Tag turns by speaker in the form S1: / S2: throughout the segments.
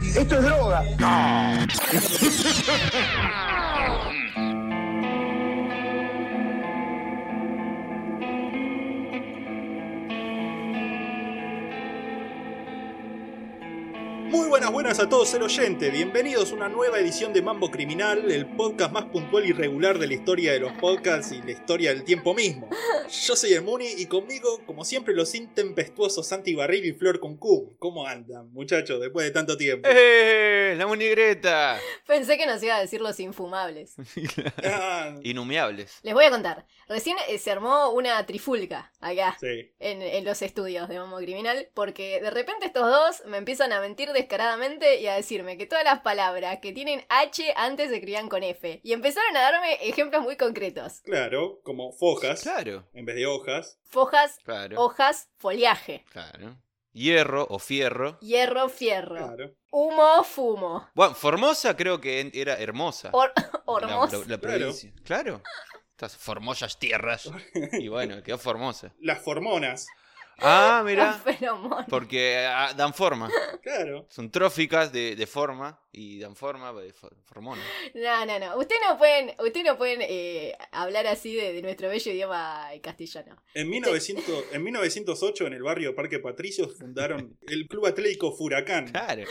S1: Esto es droga.
S2: Muy buenas, buenas a todos el oyente. Bienvenidos a una nueva edición de Mambo Criminal, el podcast más puntual y regular de la historia de los podcasts y la historia del tiempo mismo. Yo soy el Muni y conmigo, como siempre, los intempestuosos Santi Barril y Flor Q. ¿Cómo andan, muchachos, después de tanto tiempo?
S3: ¡Eh! ¡La munigreta!
S4: Pensé que nos iba a decir los infumables.
S2: Ah,
S3: Inumeables.
S4: Les voy a contar. Recién eh, se armó una trifulca acá.
S2: sí.
S4: En, en los estudios de Momo Criminal, porque de repente estos dos me empiezan a mentir descaradamente y a decirme que todas las palabras que tienen H antes se escribían con F. Y empezaron a darme ejemplos muy concretos:
S2: Claro, como fojas,
S3: Claro,
S2: en vez de hojas.
S4: fojas,
S3: claro,
S4: hojas, foliaje,
S3: claro. Hierro o fierro.
S4: hierro, fierro,
S2: Claro.
S4: humo, fumo,
S3: Bueno, Formosa creo que en- era hermosa.
S4: Or-
S3: La-
S4: hormosa.
S3: La, la provincia. Claro. Estas formosas tierras. Y bueno, quedó Formosa.
S2: Las formonas.
S3: Ah,
S4: Los
S3: mira.
S4: feromonas.
S3: Porque ah, dan forma.
S2: Claro.
S3: Son tróficas de, de forma y dan forma de for- formona.
S4: No, no, no. Ustedes no pueden, usted no pueden eh, hablar así de, de nuestro bello idioma castellano.
S2: En, 1900 en 1908, en el barrio Parque Patricios, fundaron el Club Atlético Furacán.
S3: Claro.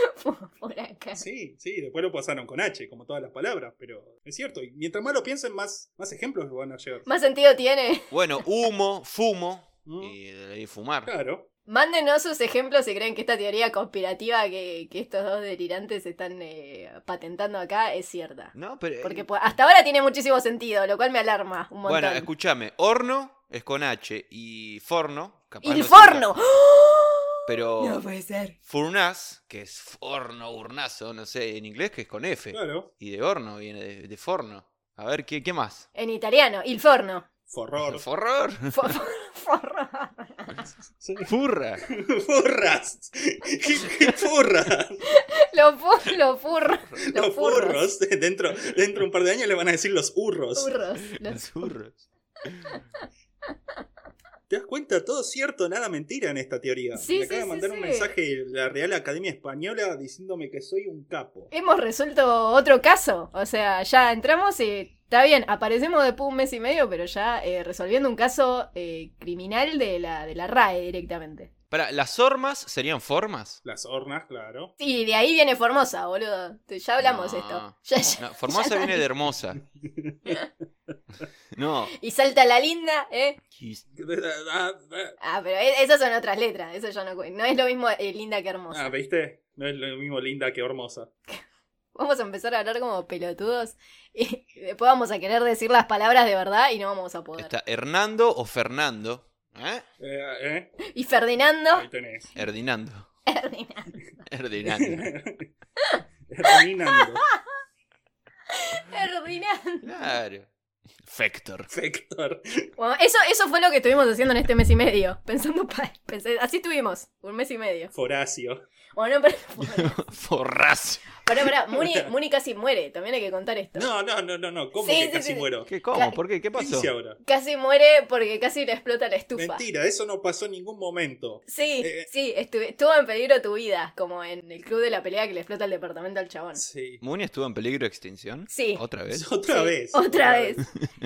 S4: Por acá.
S2: Sí, sí, después lo pasaron con H, como todas las palabras, pero es cierto. Y mientras más lo piensen, más, más ejemplos van a llegar.
S4: Más sentido tiene.
S3: Bueno, humo, fumo
S2: Mm.
S3: y de ahí fumar.
S2: Claro.
S4: Mándenos sus ejemplos si creen que esta teoría conspirativa que, que estos dos delirantes están eh, patentando acá es cierta.
S3: No, pero. eh,
S4: Porque pues, hasta ahora tiene muchísimo sentido, lo cual me alarma un montón.
S3: Bueno, escúchame, horno es con H y forno, capaz.
S4: ¡Y
S3: no
S4: el
S3: es
S4: forno!
S3: Pero
S4: No puede ser.
S3: furnaz, que es forno, urnazo, no sé, en inglés que es con F.
S2: Claro.
S3: Y de horno viene de, de forno. A ver, ¿qué, qué más?
S4: En italiano, il forno.
S2: Forror.
S3: Forror.
S4: Fo- forno.
S2: Sí.
S3: Furra.
S2: Furras. ¿Qué, qué furras?
S4: Lo, fu- lo furro. Los
S2: Los
S4: furros.
S2: furros. Dentro, dentro de un par de años le van a decir los hurros.
S4: Furros. Los-
S3: Los furros.
S2: ¿Te das cuenta? Todo cierto, nada mentira en esta teoría.
S4: Sí,
S2: me acaba de
S4: sí, sí,
S2: mandar un
S4: sí.
S2: mensaje la Real Academia Española diciéndome que soy un capo.
S4: Hemos resuelto otro caso. O sea, ya entramos y está bien, aparecemos después de un mes y medio, pero ya eh, resolviendo un caso eh, criminal de la, de la RAE directamente.
S3: Para, ¿las ormas serían formas?
S2: Las hornas, claro.
S4: Sí, de ahí viene Formosa, boludo. Te- Ya hablamos
S3: No.
S4: esto. Ya, ya.
S3: No, Formosa viene de hermosa. No.
S4: Y salta la linda, ¿eh? Ah, pero e- esas son otras letras. Eso ya no, cu- no es lo mismo eh, linda que hermosa.
S2: Ah, ¿viste? No es lo mismo linda que hermosa.
S4: Vamos a empezar a hablar como pelotudos y después vamos a querer decir las palabras de verdad y no vamos a poder.
S3: Está Hernando o Fernando. ¿Eh?
S2: Eh, eh,
S4: Y Ferdinando.
S2: Ahí tenés.
S3: Erdinando.
S4: Ferdinando.
S3: Erdinando.
S2: Terminando.
S4: Ferdinando.
S3: Claro. Fector.
S2: Fector.
S4: Bueno, eso, eso fue lo que estuvimos haciendo en este mes y medio. Pensando, pa- pensé- así estuvimos, un mes y medio.
S2: Foracio.
S4: Bueno, pero. Bueno,
S3: Forrazo.
S4: pará, pará, Muni, Muni casi muere, también hay que contar esto.
S2: No, no, no, no, no. ¿Cómo
S4: Sí,
S2: que
S4: sí,
S2: casi
S4: sí.
S2: muero?
S3: ¿Qué, ¿Cómo? ¿Por qué? ¿Qué
S2: ¿Qué
S3: pasó?
S2: dice ahora?
S4: Casi muere porque casi le explota la estufa.
S2: Mentira, eso no pasó en ningún momento.
S4: Sí,
S2: Eh.
S4: sí, estu- estuvo en peligro tu vida, como en el club de la pelea que le explota el departamento al chabón.
S2: Sí.
S3: ¿Muni estuvo en peligro de extinción?
S4: Sí.
S3: ¿Otra vez?
S2: Otra
S4: Sí,
S2: vez.
S4: Otra vez.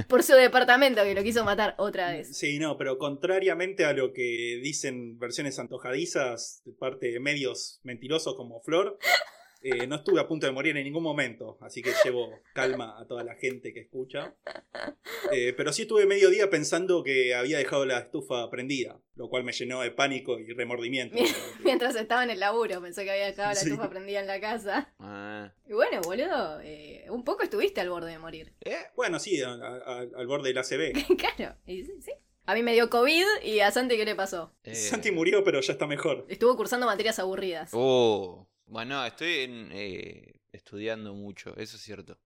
S4: Por su departamento que lo quiso matar otra vez.
S2: Sí, no, pero contrariamente a lo que dicen versiones antojadizas de parte de medios mentirosos como Flor, eh, no estuve a punto de morir en ningún momento, así que llevo calma a toda la gente que escucha. Eh, pero sí estuve medio día pensando que había dejado la estufa prendida, lo cual me llenó de pánico y remordimiento.
S4: Mientras estaba en el laburo, pensó que había dejado la
S2: Sí.
S4: estufa prendida en la casa.
S3: Ah.
S4: Y bueno, boludo, eh, un poco estuviste al borde de morir.
S3: ¿Eh?
S2: Bueno, sí, a- a- al borde del ACB.
S4: claro, y sí, sí. A mí me dio COVID y a Santi, ¿qué le pasó?
S3: Eh,
S2: Santi murió, pero ya está mejor.
S4: Estuvo cursando materias aburridas.
S3: Oh. Bueno, estoy en, eh, estudiando mucho, eso es cierto.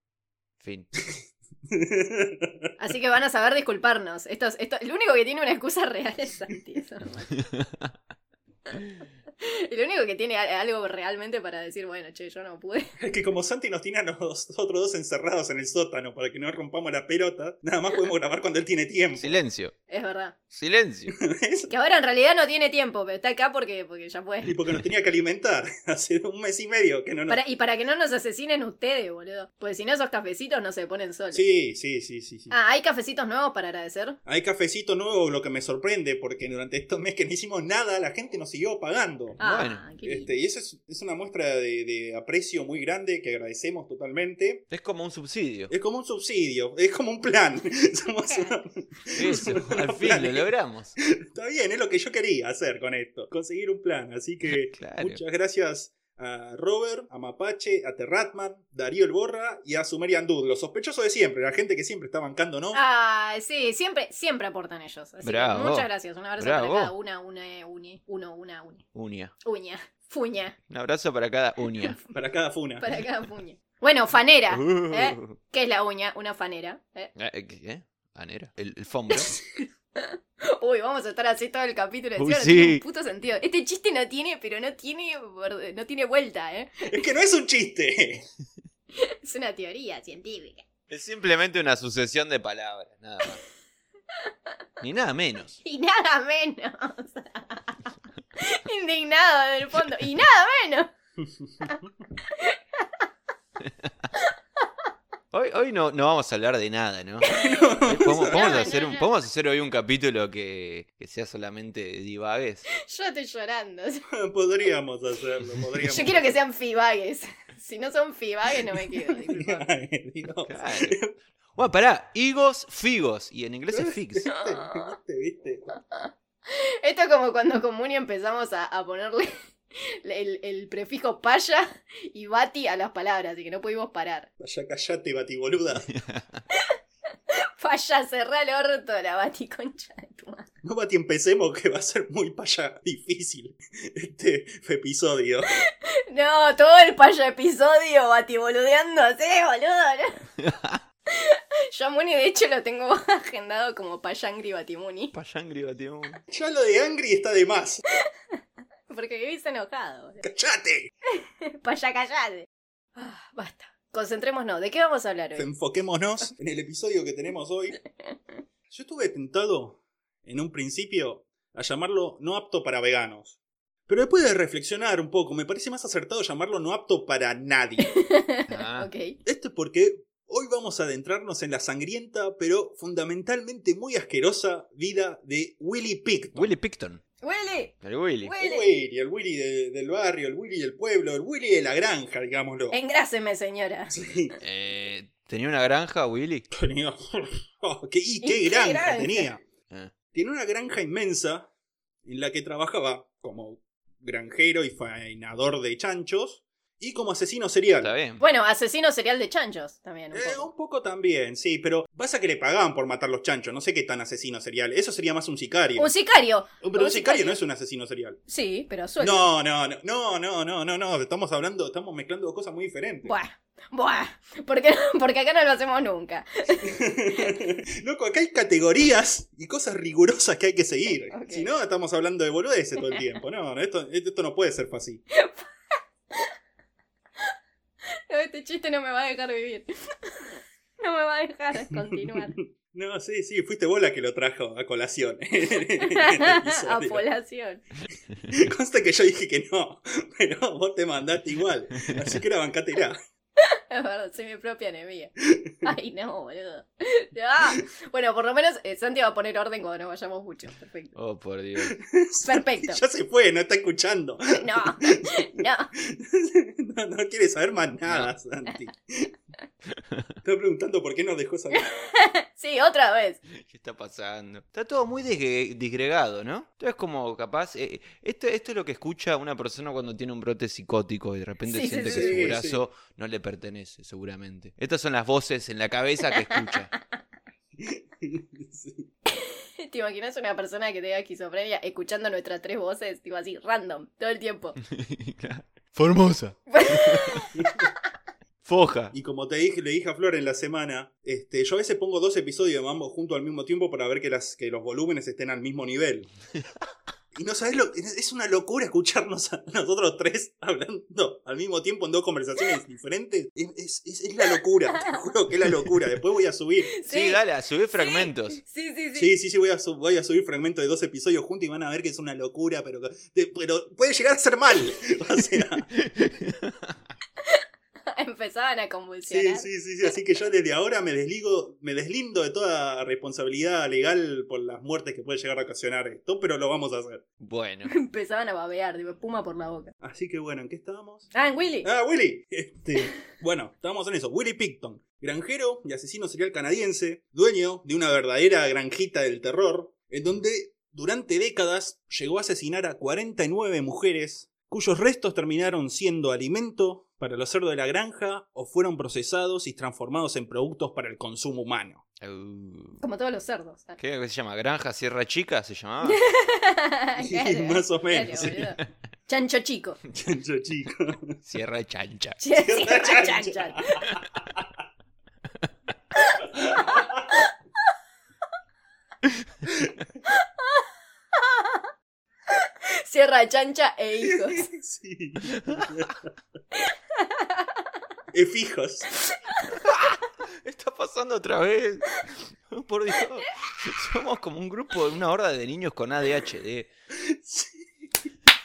S3: Fin.
S4: Así que van a saber disculparnos. Esto, es- esto, el único que tiene una excusa real es Santi. eso. El único que tiene a- algo realmente para decir, bueno, che, yo no pude.
S2: Es que como Santi nos tiene a nosotros dos encerrados en el sótano para que no rompamos la pelota, nada más podemos grabar cuando él tiene tiempo.
S3: Silencio.
S4: Es verdad.
S3: Silencio.
S2: ¿Ves?
S4: Que ahora en realidad no tiene tiempo, pero está acá porque, porque ya fue.
S2: Y porque nos tenía que alimentar hace un mes y medio que no nos...
S4: Para- y para que no nos asesinen ustedes, boludo. Porque si no, esos cafecitos no se ponen solos.
S2: Sí, sí, sí, sí. sí.
S4: Ah, ¿hay cafecitos nuevos para agradecer?
S2: Hay cafecito nuevo, lo que me sorprende, porque durante estos meses que no hicimos nada, la gente nos siguió pagando.
S4: Ah,
S3: Bueno,
S4: qué lindo.
S2: Este, y eso es, es una muestra de, de aprecio muy grande que agradecemos totalmente.
S3: Es como un subsidio.
S2: Es como un subsidio, es como un plan. Somos una-
S3: Eso, al fin lo logramos.
S2: Está bien, es lo que yo quería hacer con esto, conseguir un plan. Así que
S3: Claro.
S2: muchas gracias a Robert, a Mapache, a Terratman, Darío El Borra y a Sumerian Dude, los sospechosos de siempre, la gente que siempre está bancando, ¿no?
S4: Ah, sí, siempre, siempre aportan ellos. Así que
S3: Bravo.
S4: muchas gracias. Un abrazo
S3: Bravo.
S4: para cada una, una, eh, une, uno, una, une.
S3: Unia.
S4: Uña, fuña,
S3: Un abrazo para cada uña.
S2: Para cada funa.
S4: para cada fuña. Bueno, fanera.
S3: Uh,
S4: ¿eh? ¿Qué es la uña? Una fanera. ¿eh?
S3: eh, ¿Qué? eh? ¿Anera? El, el fombro.
S4: Uy, vamos a estar así todo el capítulo.
S3: Uy,
S4: encima no
S3: sí.
S4: tiene un puto sentido. Este chiste no tiene, pero no tiene, borde- no tiene vuelta, ¿eh?
S2: Es que no es un chiste.
S4: Es una teoría científica.
S3: Es simplemente una sucesión de palabras, nada más. Ni nada menos.
S4: Y nada menos. Indignado del fondo. Y nada menos.
S3: Hoy, hoy no, no vamos a hablar de nada, ¿no? Eh,
S2: No.
S3: ¿Podemos, podemos
S4: No,
S3: hacer
S4: no,
S3: un,
S4: no.
S3: podemos hacer hoy un capítulo que, que sea solamente de divagues?
S4: Yo estoy llorando.
S2: Podríamos hacerlo, podríamos.
S4: Yo quiero que sean fibagues. Si no son fibagues, no me quedo. disculpa.
S2: Ay, no.
S3: Claro. Bueno, pará, higos, figos. Y en inglés es figs.
S2: ¿Viste? ¿Viste?
S4: Esto es como cuando con Muni empezamos a, a ponerle el, el prefijo paya y bati a las palabras, así que no pudimos parar.
S2: Vaya, callate, batiboluda.
S4: Paya, cerrá el orto la bati concha de tu madre.
S2: No bati empecemos que va a ser muy paya difícil este episodio.
S4: No, todo el paya episodio bati boludeando así, boludo. ¿no? Yo a Muni de hecho lo tengo agendado como payangri batimuni.
S3: Payangri, Batimón.
S2: Ya lo de Angry está de más.
S4: Porque vivís enojado. boludo.
S2: ¡Callate!
S4: Paya callate. Ah, basta. Concentrémonos, ¿de qué vamos a hablar hoy?
S2: Enfoquémonos en el episodio que tenemos hoy. Yo estuve tentado en un principio a llamarlo no apto para veganos. Pero después de reflexionar un poco, me parece más acertado llamarlo no apto para nadie.
S3: Ah,
S4: Ok.
S2: Esto es porque hoy vamos a adentrarnos en la sangrienta, pero fundamentalmente muy asquerosa vida de Willy Picton.
S3: Willy Picton.
S4: Willy,
S3: El Willy.
S2: El
S4: Willy.
S2: Willy, el Willy de- del barrio, el Willy del pueblo, el Willy de la granja, digámoslo.
S4: Eh. Engráseme, señora.
S2: Sí.
S3: Eh, ¿Tenía una granja, Willy?
S2: Tenía- Oh, qué- y qué
S4: qué
S2: granja
S4: granja.
S2: tenía.
S3: Ah.
S2: Tiene una granja inmensa en la que trabajaba como granjero y faenador de chanchos y como asesino serial.
S3: Está bien.
S4: Bueno, asesino serial de chanchos también. Un
S2: Eh,
S4: poco.
S2: un poco también, sí, pero pasa que le pagaban por matar los chanchos, no sé qué tan asesino serial. Eso sería más un sicario.
S4: Un sicario.
S2: pero
S4: un
S2: un sicario
S4: sicario.
S2: no es un asesino serial.
S4: Sí, pero suelto.
S2: No, no, no, no, no, no, no, no. Estamos hablando, estamos mezclando dos cosas muy diferentes.
S4: Buah, buah. ¿Por qué no? Porque acá no lo hacemos nunca.
S2: Loco, acá hay categorías y cosas rigurosas que hay que seguir.
S4: Ok.
S2: Si no, estamos hablando de boludeces todo el tiempo. No, no, esto, esto no puede ser fácil.
S4: No, este chiste no me va a dejar vivir. No me va a dejar continuar.
S2: No, sí, sí, fuiste vos la que lo trajo a colación. este
S4: a población.
S2: Consta que yo dije que no, pero vos te mandaste igual. Así que era bancatera.
S4: Es verdad, soy mi propia enemiga. Ay, no, boludo. No. Bueno, por lo menos eh, Santi va a poner orden cuando nos vayamos mucho. Perfecto.
S3: Oh, por Dios.
S4: Perfecto.
S2: Ya se fue, no está escuchando.
S4: No, no.
S2: No, no quiere saber más nada, Santi. Está preguntando por qué nos dejó saber.
S4: Sí, otra vez.
S3: ¿Qué está pasando? Está todo muy disgre- disgregado, ¿no? Entonces es como capaz... eh, esto, esto es lo que escucha una persona cuando tiene un brote psicótico y de repente
S4: Sí, sí,
S3: siente
S4: sí,
S3: que
S2: sí,
S3: su brazo no le pertenece, seguramente. Estas son las voces en la cabeza que escucha.
S2: Sí.
S4: ¿Te imaginas una persona que tenga esquizofrenia escuchando nuestras tres voces, tipo así, random, todo el tiempo?
S3: Formosa. Foja.
S2: Y como te dije, le dije a Flor en la semana, este, yo a veces pongo dos episodios de Mambo junto al mismo tiempo para ver que, las, que los volúmenes estén al mismo nivel. Y no sabes lo es una locura escucharnos a nosotros tres hablando al mismo tiempo en dos conversaciones diferentes. Es, es- es- es la locura, te juro que es la locura. Después voy a subir.
S3: Sí, dale, a subir fragmentos.
S4: Sí, sí, sí.
S2: Sí, sí, sí, voy a, su- voy a subir fragmentos de dos episodios juntos y van a ver que es una locura, pero, de- pero puede llegar a ser mal. O sea,
S4: Empezaban a
S2: sí,
S4: convulsionar.
S2: sí, sí, sí, así que yo desde ahora me desligo, me deslindo de toda responsabilidad legal por las muertes que puede llegar a ocasionar esto, pero lo vamos a hacer.
S3: Bueno.
S4: Empezaban a babear, de espuma por la boca.
S2: Así que bueno, ¿en qué estábamos?
S4: Ah, en Willy.
S2: Ah, Willy. Este, bueno, estábamos en eso. Willy Picton, granjero y asesino serial canadiense, dueño de una verdadera granjita del terror, en donde durante décadas llegó a asesinar a 49 mujeres, cuyos restos terminaron siendo alimento para los cerdos de la granja o fueron procesados y transformados en productos para el consumo humano.
S3: Uh,
S4: Como todos los cerdos.
S3: ¿Qué qué se llama? ¿Granja Sierra Chica se llamaba?
S4: Claro,
S2: Más o
S4: claro,
S2: menos. sí.
S4: boludo. Chancho chico.
S2: Chancho chico.
S3: Sierra Chancha.
S4: Sí, sí,
S2: Chancho.
S4: chan, chan. Sierra chancha e hijos.
S2: Sí. Eh, fijos.
S3: Está pasando otra vez. Oh, Por Dios. Somos como un grupo, una horda de niños con ADHD.
S2: Sí.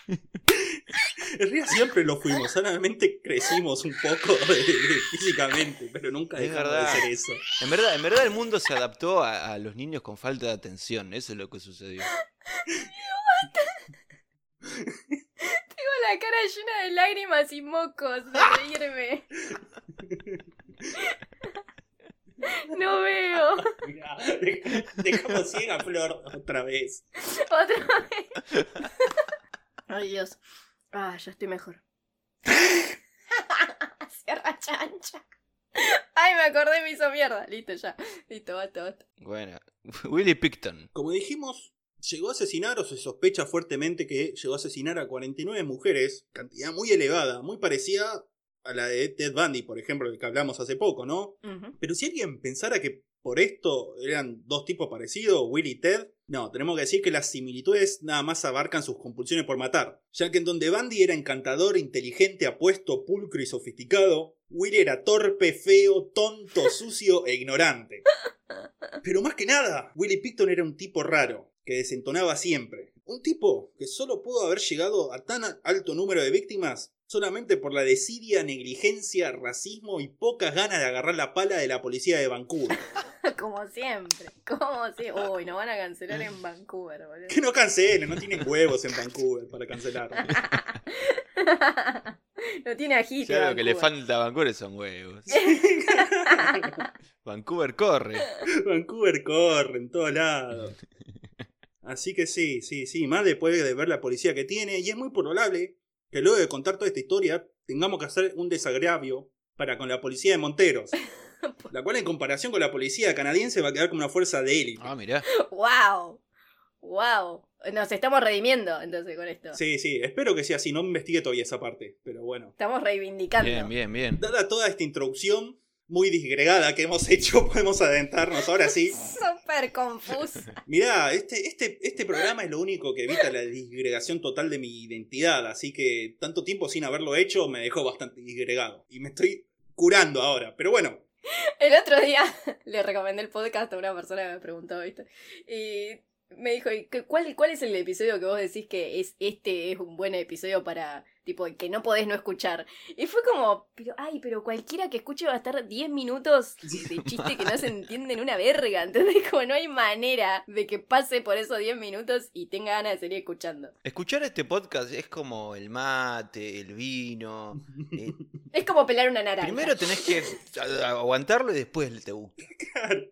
S2: En realidad siempre lo fuimos, solamente crecimos un poco de- de- físicamente, pero nunca
S3: Es
S2: dejamos
S3: verdad.
S2: de ser eso.
S3: En verdad, en verdad el mundo se adaptó a, a los niños con falta de atención. Eso es lo que sucedió.
S4: Tengo la cara llena de lágrimas y mocos de reírme. No veo.
S2: Mirá, dej- Dejamos ciega a Flor otra vez.
S4: Otra vez. Ay, Dios. Ah, ya estoy mejor. Sierra chancha. Ay, me acordé, me hizo mierda. Listo, ya. Listo, basta, basta.
S3: Bueno, Willy Picton.
S2: Como dijimos, llegó a asesinar o se sospecha fuertemente que llegó a asesinar a 49 mujeres, cantidad muy elevada, muy parecida a la de Ted Bundy, por ejemplo, del que hablamos hace poco, ¿no?
S4: Ujú.
S2: Pero si alguien pensara que por esto eran dos tipos parecidos, Will y Ted, no, tenemos que decir que las similitudes nada más abarcan sus compulsiones por matar, ya que en donde Bandy era encantador, inteligente, apuesto, pulcro y sofisticado, Will era torpe, feo, tonto, sucio e ignorante. Pero más que nada, Willie Picton era un tipo raro, que desentonaba siempre. Un tipo que solo pudo haber llegado a tan alto número de víctimas solamente por la desidia, negligencia, racismo y pocas ganas de agarrar la pala de la policía de Vancouver.
S4: Como siempre. Como siempre. Uy, nos van a cancelar en Vancouver, boludo.
S2: Que no cancelen, no tienen huevos en Vancouver para cancelar.
S4: No tiene ajito.
S3: Ya lo que le
S4: Vancouver.
S3: falta a Vancouver son huevos. Vancouver corre.
S2: Vancouver corre en todos lados. Así que sí, sí, sí, más después de ver la policía que tiene, y es muy probable que luego de contar toda esta historia tengamos que hacer un desagravio para con la policía de Monteros, la cual en comparación con la policía canadiense va a quedar como una fuerza de élite.
S3: Ah, mirá.
S4: ¡Wow! ¡Wow! Nos estamos redimiendo entonces con esto.
S2: Sí, sí, espero que sea así, no investigué todavía esa parte, pero bueno.
S4: Estamos reivindicando.
S3: Bien, bien, bien.
S2: Dada toda esta introducción muy disgregada que hemos hecho, podemos adentrarnos ahora sí
S4: Súper confuso.
S2: Mirá, este, este, este programa es lo único que evita la disgregación total de mi identidad, así que tanto tiempo sin haberlo hecho me dejó bastante disgregado. Y me estoy curando ahora, pero bueno.
S4: El otro día le recomendé el podcast a una persona que me preguntó, ¿viste? Y me dijo, ¿y qué- cuál, cuál es el episodio que vos decís que es este es un buen episodio para, tipo, que no podés no escuchar? Y fue como, pero, ay, pero cualquiera que escuche va a estar 10 minutos de chiste que no se entiende en una verga. Entonces, como no hay manera de que pase por esos 10 minutos y tenga ganas de seguir escuchando.
S3: Escuchar este podcast es como el mate, el vino. eh,
S4: Es como pelar una naranja.
S3: primero tenés que a- a- aguantarlo y después te gusta.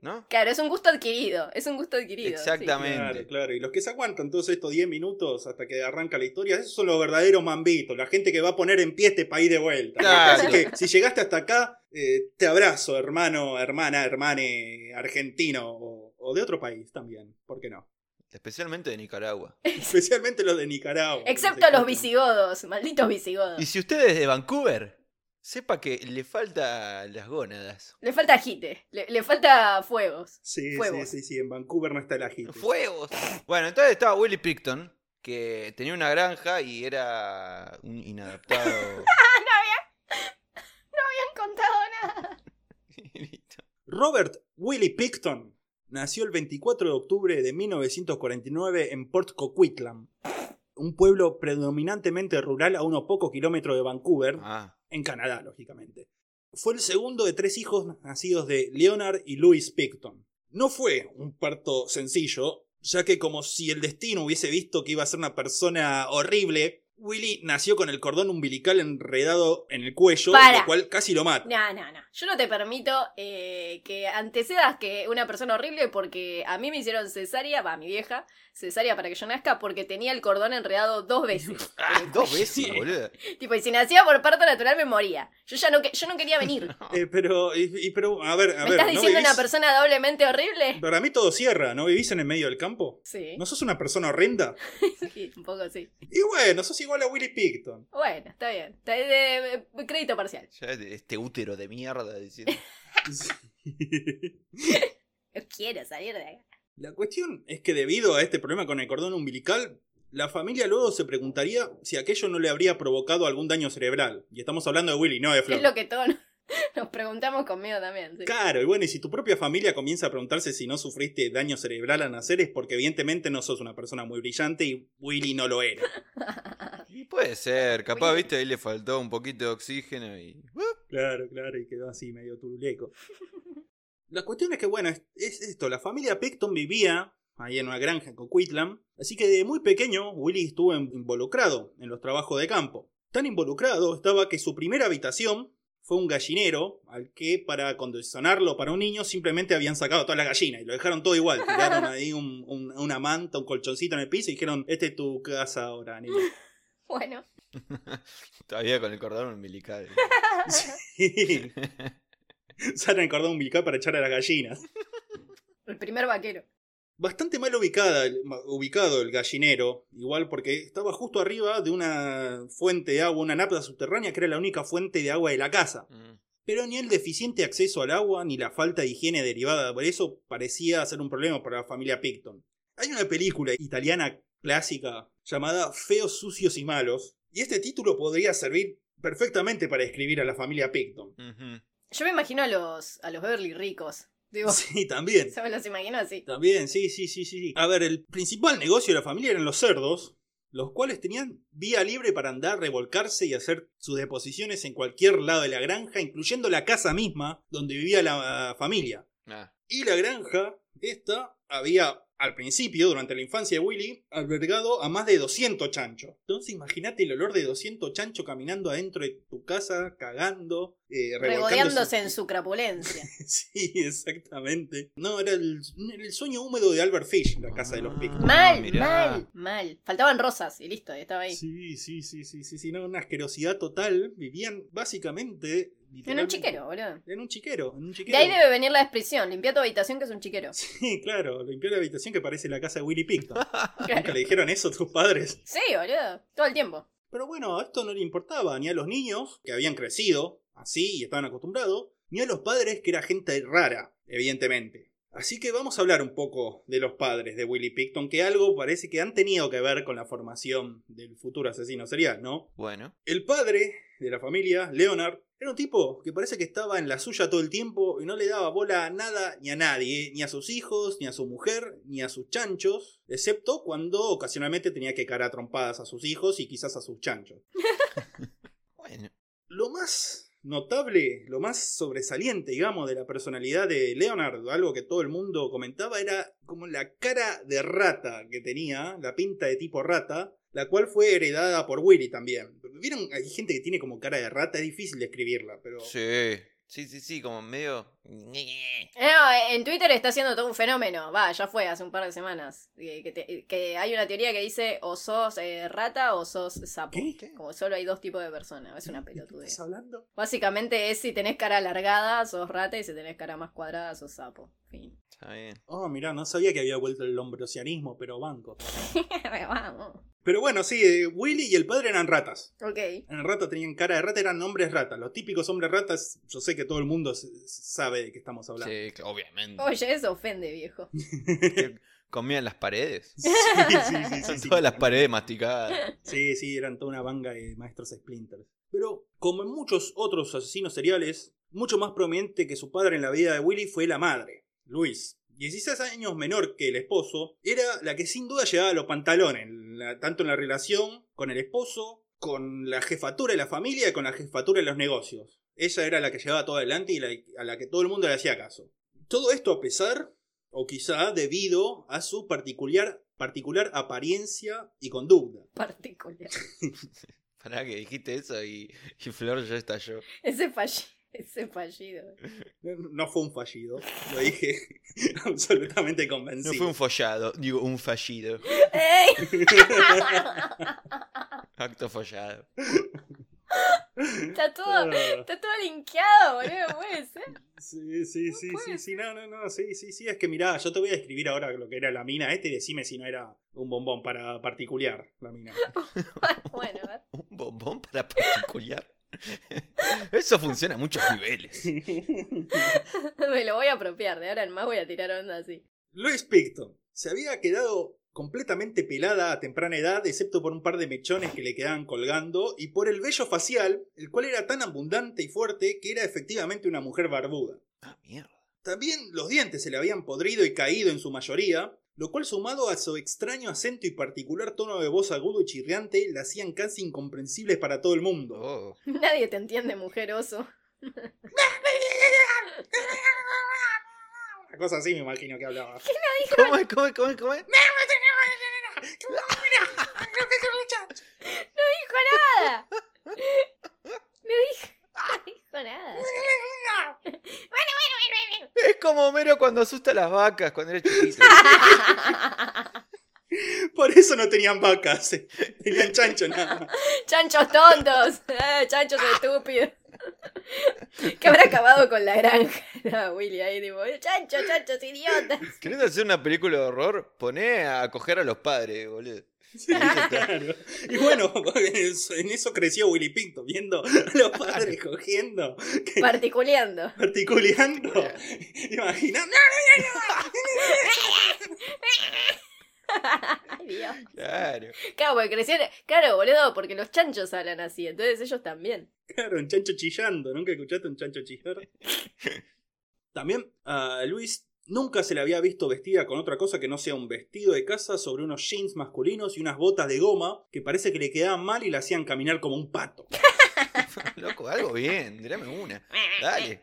S3: ¿No?
S4: Claro, es un gusto adquirido, es un gusto adquirido. sí.
S3: Exactamente.
S2: Claro, claro. Y los que se aguantan todos estos 10 minutos hasta que arranca la historia, esos son los verdaderos mambitos, la gente que va a poner en pie este país de vuelta.
S3: Claro.
S2: Así que si llegaste hasta acá, eh, te abrazo, hermano, hermana, hermane, argentino o, o de otro país también, ¿por qué no?
S3: Especialmente de Nicaragua.
S2: Especialmente los de Nicaragua.
S4: Excepto los
S2: visigodos
S4: visigodos, malditos visigodos.
S3: Y si usted es de Vancouver, sepa que le falta las gónadas.
S4: Le falta agite, le, le falta fuegos.
S2: Sí,
S4: Fuegos.
S2: sí, sí, sí, en Vancouver no está el ajito.
S3: ¡Fuegos! Bueno, entonces estaba Willy Picton, que tenía una granja y era un inadaptado.
S4: han contado nada.
S2: Robert Willie Picton nació el 24 de octubre de 1949 en Port Coquitlam, un pueblo predominantemente rural a unos pocos kilómetros de Vancouver,
S3: ah,
S2: en Canadá, lógicamente. Fue el segundo de tres hijos nacidos de Leonard y Louis Picton. No fue un parto sencillo, ya que como si el destino hubiese visto que iba a ser una persona horrible, Willy nació con el cordón umbilical enredado en el cuello,
S4: Para.
S2: lo cual casi lo mata.
S4: No, no, no. Yo no te permito eh, que antecedas que una persona horrible porque a mí me hicieron cesárea, va, mi vieja, cesárea para que yo nazca porque tenía el cordón enredado dos veces.
S3: Ah, dos veces,
S2: Sí.
S3: boludo.
S4: tipo, y si nacía por parto natural me moría. Yo ya no, que- yo no quería venir.
S2: Eh, pero, y- y- pero, a ver, a
S4: ¿Me
S2: ver.
S4: estás
S2: ¿no
S4: diciendo
S2: vivís-
S4: una persona doblemente horrible?
S2: Para mí todo cierra, ¿no vivís en el medio del campo?
S4: Sí,
S2: ¿No sos una persona horrenda?
S4: sí, un poco sí.
S2: Y bueno, sos igual a Willy Picton.
S4: Bueno, está bien. Está- eh, eh, crédito parcial.
S3: Ya este útero de mierda diciendo.
S4: Yo quiero salir de acá.
S2: La cuestión es que debido a este problema con el cordón umbilical, la familia luego se preguntaría si aquello no le habría provocado algún daño cerebral. Y estamos hablando de Willy, no de
S4: Es
S2: Flor.
S4: lo que todos nos- nos preguntamos conmigo también. sí.
S2: Claro, y bueno, y si tu propia familia comienza a preguntarse si no sufriste daño cerebral al nacer es porque evidentemente no sos una persona muy brillante y Willy no lo era.
S3: Y puede ser, capaz,
S4: Oye.
S3: viste, ahí le faltó un poquito de oxígeno y. uh,
S2: Claro, claro, y quedó así medio turuleco. La cuestión es que, bueno, es, es esto, la familia Picton vivía ahí en una granja en Coquitlam, así que de muy pequeño Willy estuvo en- involucrado en los trabajos de campo. Tan involucrado estaba que su primera habitación fue un gallinero al que para acondicionarlo para un niño simplemente habían sacado todas las gallinas y lo dejaron todo igual. Tiraron ahí un- un- una manta, un colchoncito en el piso y dijeron, este es tu casa ahora, niño.
S4: Bueno.
S3: Todavía con el cordón umbilical.
S2: Sí. Sara el cordón umbilical para echar a las gallinas.
S4: El primer vaquero.
S2: Bastante mal ubicada, el- ma- ubicado el gallinero, igual porque estaba justo arriba de una fuente de agua, una napa subterránea que era la única fuente de agua de la casa.
S3: Mm.
S2: Pero ni el deficiente acceso al agua ni la falta de higiene derivada por eso parecía ser un problema para la familia Picton. Hay una película italiana clásica llamada Feos, Sucios y Malos, y este título podría servir perfectamente para describir a la familia Picton.
S3: Ujú.
S4: Yo me imagino a los, a los Beverly ricos. Digo,
S2: Sí, también.
S4: se me los imagino así.
S2: También, sí, sí, sí, sí. sí. A ver, el principal negocio de la familia eran los cerdos, los cuales tenían vía libre para andar, revolcarse y hacer sus deposiciones en cualquier lado de la granja, incluyendo la casa misma donde vivía la ah, familia.
S3: Ah,
S2: Y la granja, esta, había al principio, durante la infancia de Willy, albergado a más de 200 chanchos. Entonces imagínate el olor de 200 chanchos caminando adentro de tu casa, cagando, eh, revolcándose.
S4: Regodeándose en su crapulencia.
S2: Sí, exactamente. No, era el, el sueño húmedo de Albert Fish, la casa de
S4: Ah.
S2: los Pictos.
S4: Mal,
S3: mirá.
S4: mal, mal. Faltaban rosas y listo, estaba ahí.
S2: Ah, Sí, sí, sí, sí, sí, sí, no, una asquerosidad total. Vivían básicamente.
S4: en un
S2: literalmente-
S4: chiquero, boludo.
S2: En un chiquero, en un
S4: De
S2: chiquero.
S4: ahí debe venir la expresión. Limpia tu habitación que es un chiquero.
S2: Sí, claro, limpió la habitación que parece la casa de Willy Picton.
S4: Claro.
S2: Nunca le dijeron eso a tus padres.
S4: Sí, boludo. Todo el tiempo.
S2: Pero bueno, esto no le importaba ni a los niños, que habían crecido así y estaban acostumbrados, ni a los padres, que era gente rara, evidentemente. Así que vamos a hablar un poco de los padres de Willy Picton, que algo parece que han tenido que ver con la formación del futuro asesino serial, ¿no?
S3: bueno.
S2: El padre de la familia, Leonard, era un tipo que parece que estaba en la suya todo el tiempo y no le daba bola a nada ni a nadie, eh, ni a sus hijos, ni a su mujer, ni a sus chanchos, excepto cuando ocasionalmente tenía que cara a trompadas a sus hijos y quizás a sus chanchos.
S3: Bueno.
S2: Lo más notable, lo más sobresaliente, digamos, de la personalidad de Leonard, algo que todo el mundo comentaba, era como la cara de rata que tenía, la pinta de tipo rata, la cual fue heredada por Willy también. ¿Vieron? Hay gente que tiene como cara de rata, es difícil describirla, pero...
S3: Sí. Sí, sí, sí, como medio.
S4: Eh, no, en Twitter está haciendo todo un fenómeno. Va, ya fue hace un par de semanas. Eh, Que, te- que hay una teoría que dice o sos eh, rata o sos sapo.
S2: ¿Qué?
S4: Como solo hay dos tipos de personas. Es una
S2: ¿De qué
S4: pelotudez.
S2: estás hablando?
S4: Básicamente es si tenés cara alargada, sos rata, y si tenés cara más cuadrada, sos sapo. Fin.
S3: Está bien.
S2: Oh, mirá, no sabía que había vuelto el lombrosianismo, pero banco.
S4: Vamos.
S2: Pero bueno, sí, eh, Willy y el padre eran ratas.
S4: Ok.
S2: En rata tenían cara de rata, eran hombres ratas. Los típicos hombres ratas, yo sé que todo el mundo s- sabe de qué estamos hablando.
S3: Sí, que- obviamente.
S4: Oye, eso ofende, viejo.
S3: Qué comían las paredes.
S2: Sí, sí, sí. sí,
S3: Son
S2: sí,
S3: todas
S2: sí.
S3: las paredes masticadas.
S2: Sí, sí, eran toda una banga de maestros Splinter. Pero, como en muchos otros asesinos seriales, mucho más prominente que su padre en la vida de Willy fue la madre, Luis. 16 años menor que el esposo, era la que sin duda llevaba los pantalones, en la- tanto en la relación con el esposo, con la jefatura de la familia y con la jefatura de los negocios. Ella era la que llevaba todo adelante y la- a la que todo el mundo le hacía caso. Todo esto a pesar o quizá debido a su particular, particular apariencia y conducta.
S4: Particular.
S3: Pará que dijiste eso y, y Flor ya estalló.
S4: Ese fallido. Ese fallido.
S2: No fue un fallido, lo dije absolutamente
S3: No
S2: convencido.
S3: fue un follado, digo, un fallido.
S4: ¡Ey!
S3: Acto follado.
S4: Está todo,
S2: Ah,
S4: está todo linkeado, boludo. no Puede ser.
S2: sí, sí, sí,
S4: No puede
S2: sí, sí, no, no, no, sí, sí, sí, es que mirá, yo te voy a describir ahora lo que era la mina este y decime si no era un bombón para particular la mina.
S4: Bueno, a ver.
S3: Un bombón para particular. Eso funciona a muchos niveles.
S4: Me lo voy a apropiar, de ahora en más voy a tirar onda así.
S2: Luis Picton se había quedado completamente pelada a temprana edad, excepto por un par de mechones que le quedaban colgando y por el vello facial, el cual era tan abundante y fuerte que era efectivamente una mujer barbuda.
S3: Ah, mierda.
S2: También los dientes se le habían podrido y caído en su mayoría, lo cual sumado a su extraño acento y particular tono de voz agudo y chirriante la hacían casi incomprensibles para todo el mundo.
S3: Oh.
S4: Nadie te entiende, mujer oso.
S2: Una cosa así me imagino que hablaba.
S3: ¿Cómo es? ¿Cómo es? ¿Cómo es? ¿Cómo es?
S4: ¡Nada! No dijo, no dijo nada.
S3: Es como Homero cuando asusta a las vacas cuando era chiquito.
S2: Por eso no tenían vacas, eh. tenían chancho nada más.
S4: ¡Chanchos tontos! Eh, ¡Chanchos estúpidos! Que habrá acabado con la granja. No, Willy ahí, tipo, ¡Chanchos, chanchos, idiotas!
S3: ¿Querés hacer una película de horror? Poné a coger a los padres, boludo.
S2: Sí, claro. Y bueno, en eso creció Willy Pinto, viendo a los padres cogiendo,
S4: Particuleando.
S2: articulando. Imagina.
S4: Ay, Dios.
S3: Claro.
S4: Claro, porque crecieron. Claro, boludo, porque los chanchos hablan así, entonces ellos también.
S2: Claro, un chancho chillando. ¿Nunca escuchaste un chancho chillar? También a Luis nunca se le había visto vestida con otra cosa que no sea un vestido de casa sobre unos jeans masculinos y unas botas de goma que parece que le quedaban mal y la hacían caminar como un pato.
S3: Loco, algo bien, dame una. Dale.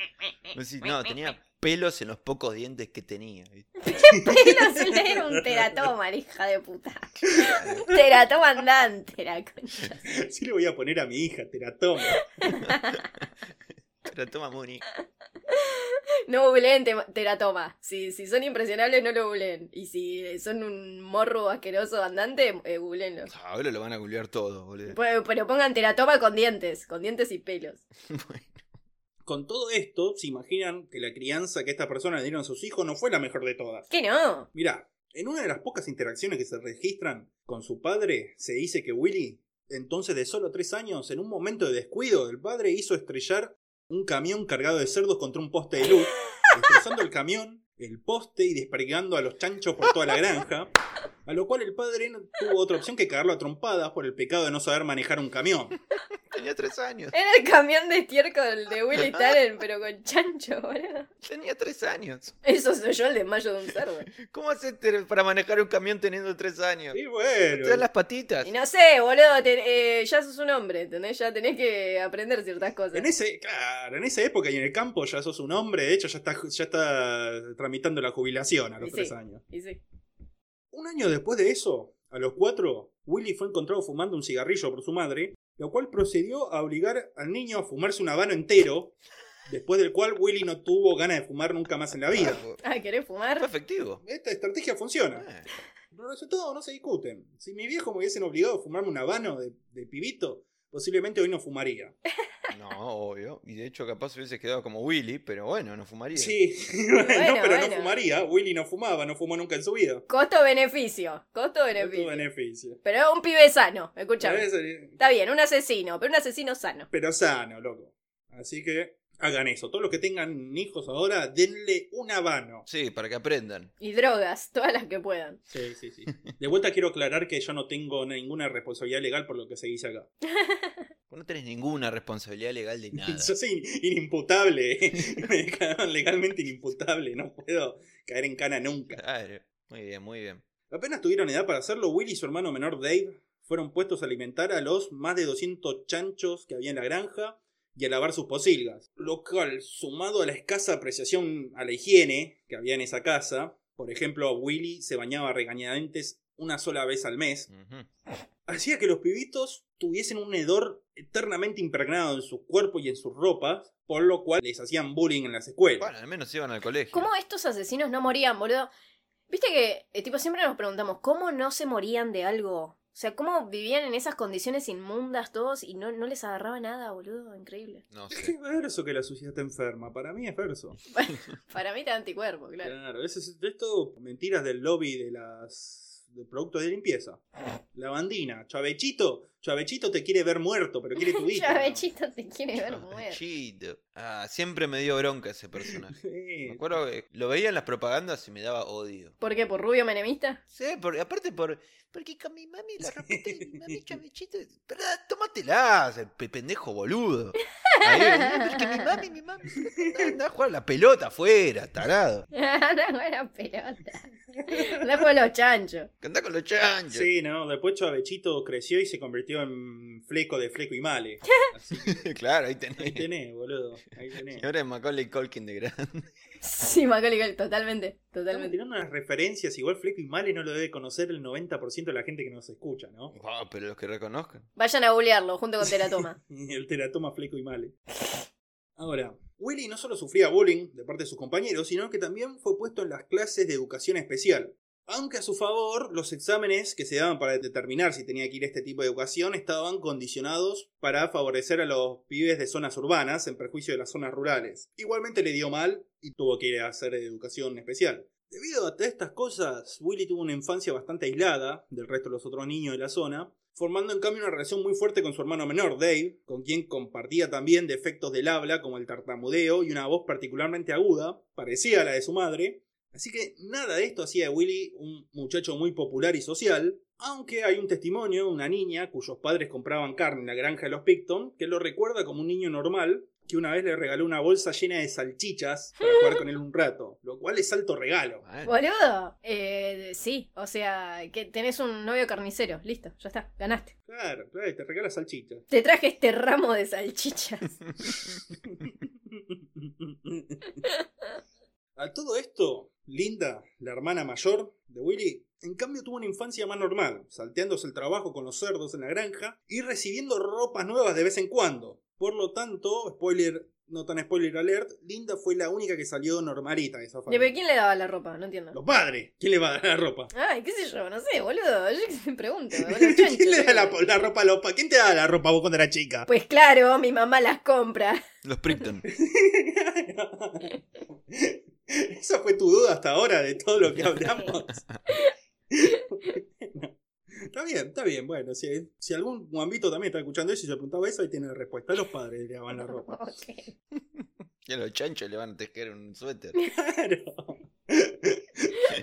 S3: No, sí, no, tenía pelos en los pocos dientes que tenía. ¿viste?
S4: Pero se le era un teratoma, la hija de puta. Un Teratoma andante, la concha.
S2: Sí le voy a poner a mi hija, teratoma.
S3: Pero toma Muni.
S4: No googleen te- teratoma. Si, si son impresionables, no lo googleen. Y si son un morro asqueroso andante, eh, googleenlo.
S3: Ahora lo van a googlear todo, boludo.
S4: Pero, pero pongan teratoma con dientes, con dientes y pelos.
S2: Con todo esto, se imaginan que la crianza que estas personas le dieron a sus hijos no fue la mejor de todas.
S4: ¿Qué no?
S2: Mirá, en una de las pocas interacciones que se registran con su padre, se dice que Willy, entonces de solo tres años, en un momento de descuido del padre, hizo estrellar un camión cargado de cerdos contra un poste de luz, destrozando el camión, el poste y desperdigando a los chanchos por toda la granja, a lo cual el padre no tuvo otra opción que cagarlo a trompadas por el pecado de no saber manejar un camión.
S3: Tenía tres años.
S4: Era el camión de estiércol de Willy Taren, pero con chancho, boludo.
S3: Tenía tres años.
S4: Eso soy yo el desmayo de un cerdo.
S3: ¿Cómo haces te- para manejar un camión teniendo tres años?
S2: Y
S3: Te dan
S2: bueno,
S3: las patitas.
S4: Y no sé, boludo, te- eh, ya sos un hombre, ¿entendés? Ya tenés que aprender ciertas cosas.
S2: en ese, claro, en esa época y en el campo ya sos un hombre, de hecho ya está, ya está tramitando la jubilación a los
S4: Sí.
S2: tres años.
S4: Y sí.
S2: Un año después de eso, a los cuatro, Willy fue encontrado fumando un cigarrillo por su madre, lo cual procedió a obligar al niño a fumarse un habano entero, después del cual Willy no tuvo ganas de fumar nunca más en la vida.
S4: Ah, ¿querés
S3: Fue
S4: fumar?
S3: efectivo.
S2: Esta estrategia funciona.
S3: Ah,
S2: Los resultados no se discuten. Si mi viejo me hubiesen obligado a fumarme un habano de, de pibito, posiblemente hoy no fumaría.
S3: No, obvio. Y de hecho, capaz hubiese quedado como Willy, pero bueno, no fumaría.
S2: Sí, bueno, pero
S4: bueno.
S2: no fumaría. Willy no fumaba, no fumó nunca en su vida.
S4: Costo-beneficio,
S2: No tuvo
S4: costo-beneficio.
S2: beneficio. eh,
S4: Pero era un pibe sano, escuchame.
S2: Pero es-
S4: Está bien, un asesino, pero un asesino sano.
S2: Pero sano, loco. Así que hagan eso. Todos los que tengan hijos ahora, denle un habano.
S3: Sí, para que aprendan.
S4: Y drogas, todas las que puedan.
S2: Sí, sí, sí. De vuelta quiero aclarar que yo no tengo ninguna responsabilidad legal por lo que se dice acá.
S3: Vos no tenés ninguna responsabilidad legal de nada.
S2: Yo soy in- inimputable. Me declararon legalmente inimputable. No puedo caer en cana nunca.
S3: Claro. Muy bien, muy bien.
S2: Apenas tuvieron edad para hacerlo, Will y su hermano menor Dave fueron puestos a alimentar a los más de 200 chanchos que había en la granja y a lavar sus posilgas. Lo cual, sumado a la escasa apreciación a la higiene que había en esa casa, por ejemplo, Willy se bañaba a regañadientes una sola vez al mes,
S3: Ujú.
S2: hacía que los pibitos tuviesen un hedor eternamente impregnado en su cuerpo y en sus ropas, por lo cual les hacían bullying en las escuelas.
S3: Bueno, al menos iban al colegio.
S4: ¿Cómo estos asesinos no morían, boludo? Viste que, eh, tipo, siempre nos preguntamos, ¿cómo no se morían de algo? O sea, ¿cómo vivían en esas condiciones inmundas todos y no, no les agarraba nada, boludo? Increíble.
S3: No sé.
S2: Es verso que la sociedad está enferma, para mí es verso.
S4: Para mí era anticuerpo, claro.
S2: Claro, eso es, esto mentiras del lobby de las de productos de limpieza. Lavandina, Chavechito, Chavechito te quiere ver muerto, pero quiere tu hija.
S4: Chavechito te quiere ver muerto.
S3: Chido. Ah, siempre me dio bronca ese personaje.
S2: Sí.
S3: Me acuerdo que lo veía en las propagandas y me daba odio.
S4: ¿Por qué? ¿Por rubio menemista?
S3: Sí, por- aparte por. Porque con mi mami la rompiste y mi mami chavechito. Pero tómatelas, el pe- pendejo boludo. Ahí, "No, porque mi mami, mi mami. Andá a jugar a la pelota afuera, tarado.
S4: Anda con la pelota. Anda con los chanchos.
S3: Que Andá con los chanchos.
S2: Sí, no, después Chavechito creció y se convirtió en fleco de fleco y male. Así que
S3: claro, ahí tenés.
S2: ahí tenés, boludo. Ahí tenés.
S3: Y ahora es Macaulay Culkin de grande.
S4: Sí, Macaulay Culkin, totalmente,
S2: Estamos
S4: totalmente.
S2: tirando unas referencias, igual Fleco y Male no lo debe conocer el 90% de la gente que nos escucha, ¿no?
S3: Wow, pero los que reconozcan.
S4: Vayan a googlearlo junto con Teratoma.
S2: El teratoma Fleco y Male. Ahora, Willy no solo sufría bullying de parte de sus compañeros, sino que también fue puesto en las clases de educación especial. Aunque a su favor, los exámenes que se daban para determinar si tenía que ir a este tipo de educación estaban condicionados para favorecer a los pibes de zonas urbanas en perjuicio de las zonas rurales. Igualmente le dio mal y tuvo que ir a hacer educación especial. Debido a todas estas cosas, Willy tuvo una infancia bastante aislada del resto de los otros niños de la zona, formando en cambio una relación muy fuerte con su hermano menor, Dave, con quien compartía también defectos del habla como el tartamudeo y una voz particularmente aguda, parecida a la de su madre. Así que nada de esto hacía de Willy un muchacho muy popular y social, aunque hay un testimonio de una niña cuyos padres compraban carne en la granja de los Picton que lo recuerda como un niño normal que una vez le regaló una bolsa llena de salchichas para jugar con él un rato, lo cual es alto regalo.
S3: Bueno,
S4: Boludo, eh, sí, o sea, que tenés un novio carnicero, listo, ya está, ganaste.
S2: Claro, claro, y te regala salchichas.
S4: Te traje este ramo de salchichas.
S2: A todo esto, Linda, la hermana mayor de Willy, en cambio tuvo una infancia más normal, salteándose el trabajo con los cerdos en la granja y recibiendo ropas nuevas de vez en cuando. Por lo tanto, spoiler, no tan spoiler alert, Linda fue la única que salió normalita de esa
S4: Ya, ¿Pero
S2: familia.
S4: quién le daba la ropa? No entiendo.
S2: Los padres, ¿quién le va a dar la ropa?
S4: Ay, qué sé yo, no sé, boludo, yo qué sé, pregunto. boludo, chancho,
S2: ¿Quién le da la,
S4: boludo.
S2: la ropa a los pa- ¿Quién te da la ropa vos cuando eras chica?
S4: Pues claro, mi mamá las compra.
S3: los Pripton.
S2: Esa fue tu duda hasta ahora de todo lo que hablamos. Bueno, Está bien, está bien. Bueno, si, si algún guambito también está escuchando eso y se preguntaba eso, ahí tiene la respuesta. Los padres le daban la ropa.
S4: Ok.
S3: Y a los chanchos le van a tejer un suéter.
S2: Claro.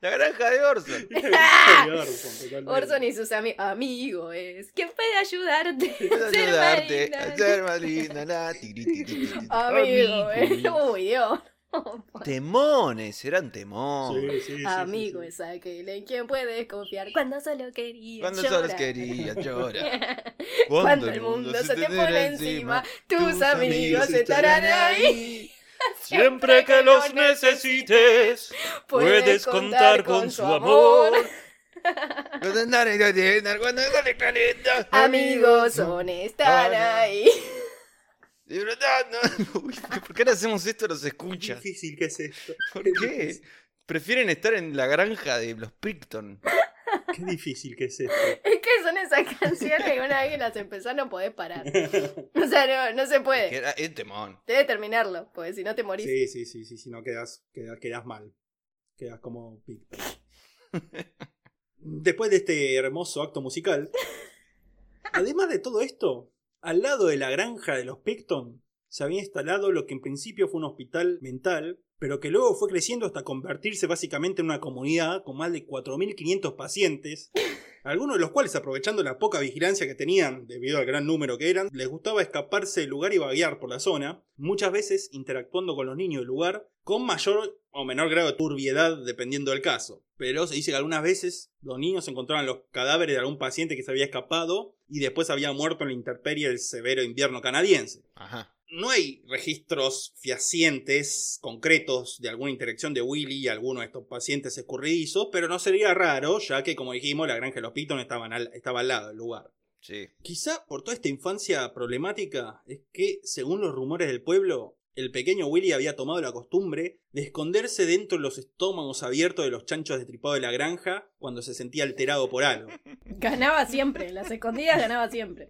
S3: la granja de Orson.
S2: Orson,
S4: Orson
S2: totalmente.
S4: y sus amigos. Amigo es. ¿Quién puede ayudarte?
S3: Quiero
S4: Ser
S3: ayudarte a
S4: maligna.
S3: ser más linda, la tiri, tiri, tiri, tiri.
S4: Amigo es.
S3: Amigo.
S4: Uy, Dios.
S3: Temones, eran temones.
S2: Sí, sí, sí, sí,
S4: Amigo
S2: sí.
S4: es aquel en quien puedes confiar cuando solo querías
S3: Cuando
S4: llorar.
S3: solo quería llorar.
S4: Cuando el mundo se te pone encima, tus amigos estarán ahí.
S1: Siempre que los necesites, puedes contar con su amor.
S3: Cuando andar en la tienda, cuando andar en caleta,
S4: Amigos son estar
S3: Ahora.
S4: ahí.
S3: Disfrutando. Uy, ¿Por qué ahora hacemos esto a los
S2: Qué
S3: escuchas?
S2: difícil que es esto.
S3: ¿Por qué? Prefieren estar en la granja de los Picton.
S2: Qué difícil que es esto.
S4: Es que son esas canciones que una vez que las empezás no podés parar. O sea, no, no se
S3: Que
S4: puede.
S3: era es un temón.
S4: Debe terminarlo, porque si no te morís.
S2: Sí, sí, sí, sí, si no quedas, quedas, quedas mal. Quedas como Picton. Después de este hermoso acto musical, además de todo esto, al lado de la granja de los Picton se había instalado lo que en principio fue un hospital mental, pero que luego fue creciendo hasta convertirse básicamente en una comunidad con más de 4.500 pacientes, algunos de los cuales, aprovechando la poca vigilancia que tenían debido al gran número que eran, les gustaba escaparse del lugar y vaguear por la zona, muchas veces interactuando con los niños del lugar, con mayor o menor grado de turbiedad dependiendo del caso. Pero se dice que algunas veces los niños encontraban los cadáveres de algún paciente que se había escapado y después había muerto en la intemperie del severo invierno canadiense.
S3: Ajá.
S2: No hay registros fehacientes, concretos, de alguna interacción de Willy y alguno de estos pacientes escurridizos, pero no sería raro, ya que, como dijimos, la granja de los Piton estaban al- estaba al lado del lugar.
S3: Sí.
S2: Quizá por toda esta infancia problemática es que, según los rumores del pueblo, el pequeño Willy había tomado la costumbre de esconderse dentro de los estómagos abiertos de los chanchos destripados de la granja cuando se sentía alterado por algo.
S1: Ganaba siempre, las escondidas ganaba siempre.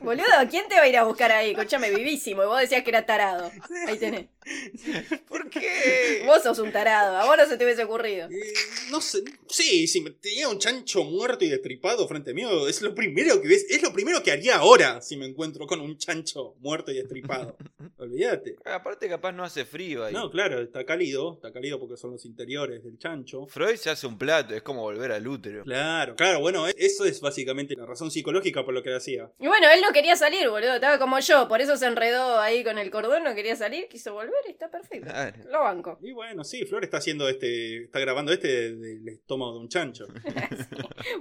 S4: Boludo, ¿quién te va a ir a buscar ahí? Escúchame, vivísimo. Y vos decías que era tarado. Ahí tenés.
S3: ¿Por qué?
S4: Vos sos un tarado. A vos no se te hubiese ocurrido.
S2: Eh, no sé, sí, si me tenía un chancho muerto y destripado frente mío, es lo primero que ves- es lo primero que haría ahora si me encuentro con un chancho muerto y destripado. Olvídate.
S3: Aparte, capaz no hace frío ahí.
S2: No, claro, está cálido, está cálido porque son los interiores del chancho.
S3: Freud se hace un plato, es como volver al útero.
S2: Claro, claro, bueno, e- eso es básicamente la razón psicológica por lo que hacía.
S4: Y bueno, él no quería salir, boludo. Estaba como yo. Por eso se enredó ahí con el cordón. No quería salir. Quiso volver y está perfecto.
S3: Claro.
S4: Lo banco.
S2: Y bueno, sí, Flor está haciendo este, está grabando este del estómago de un chancho.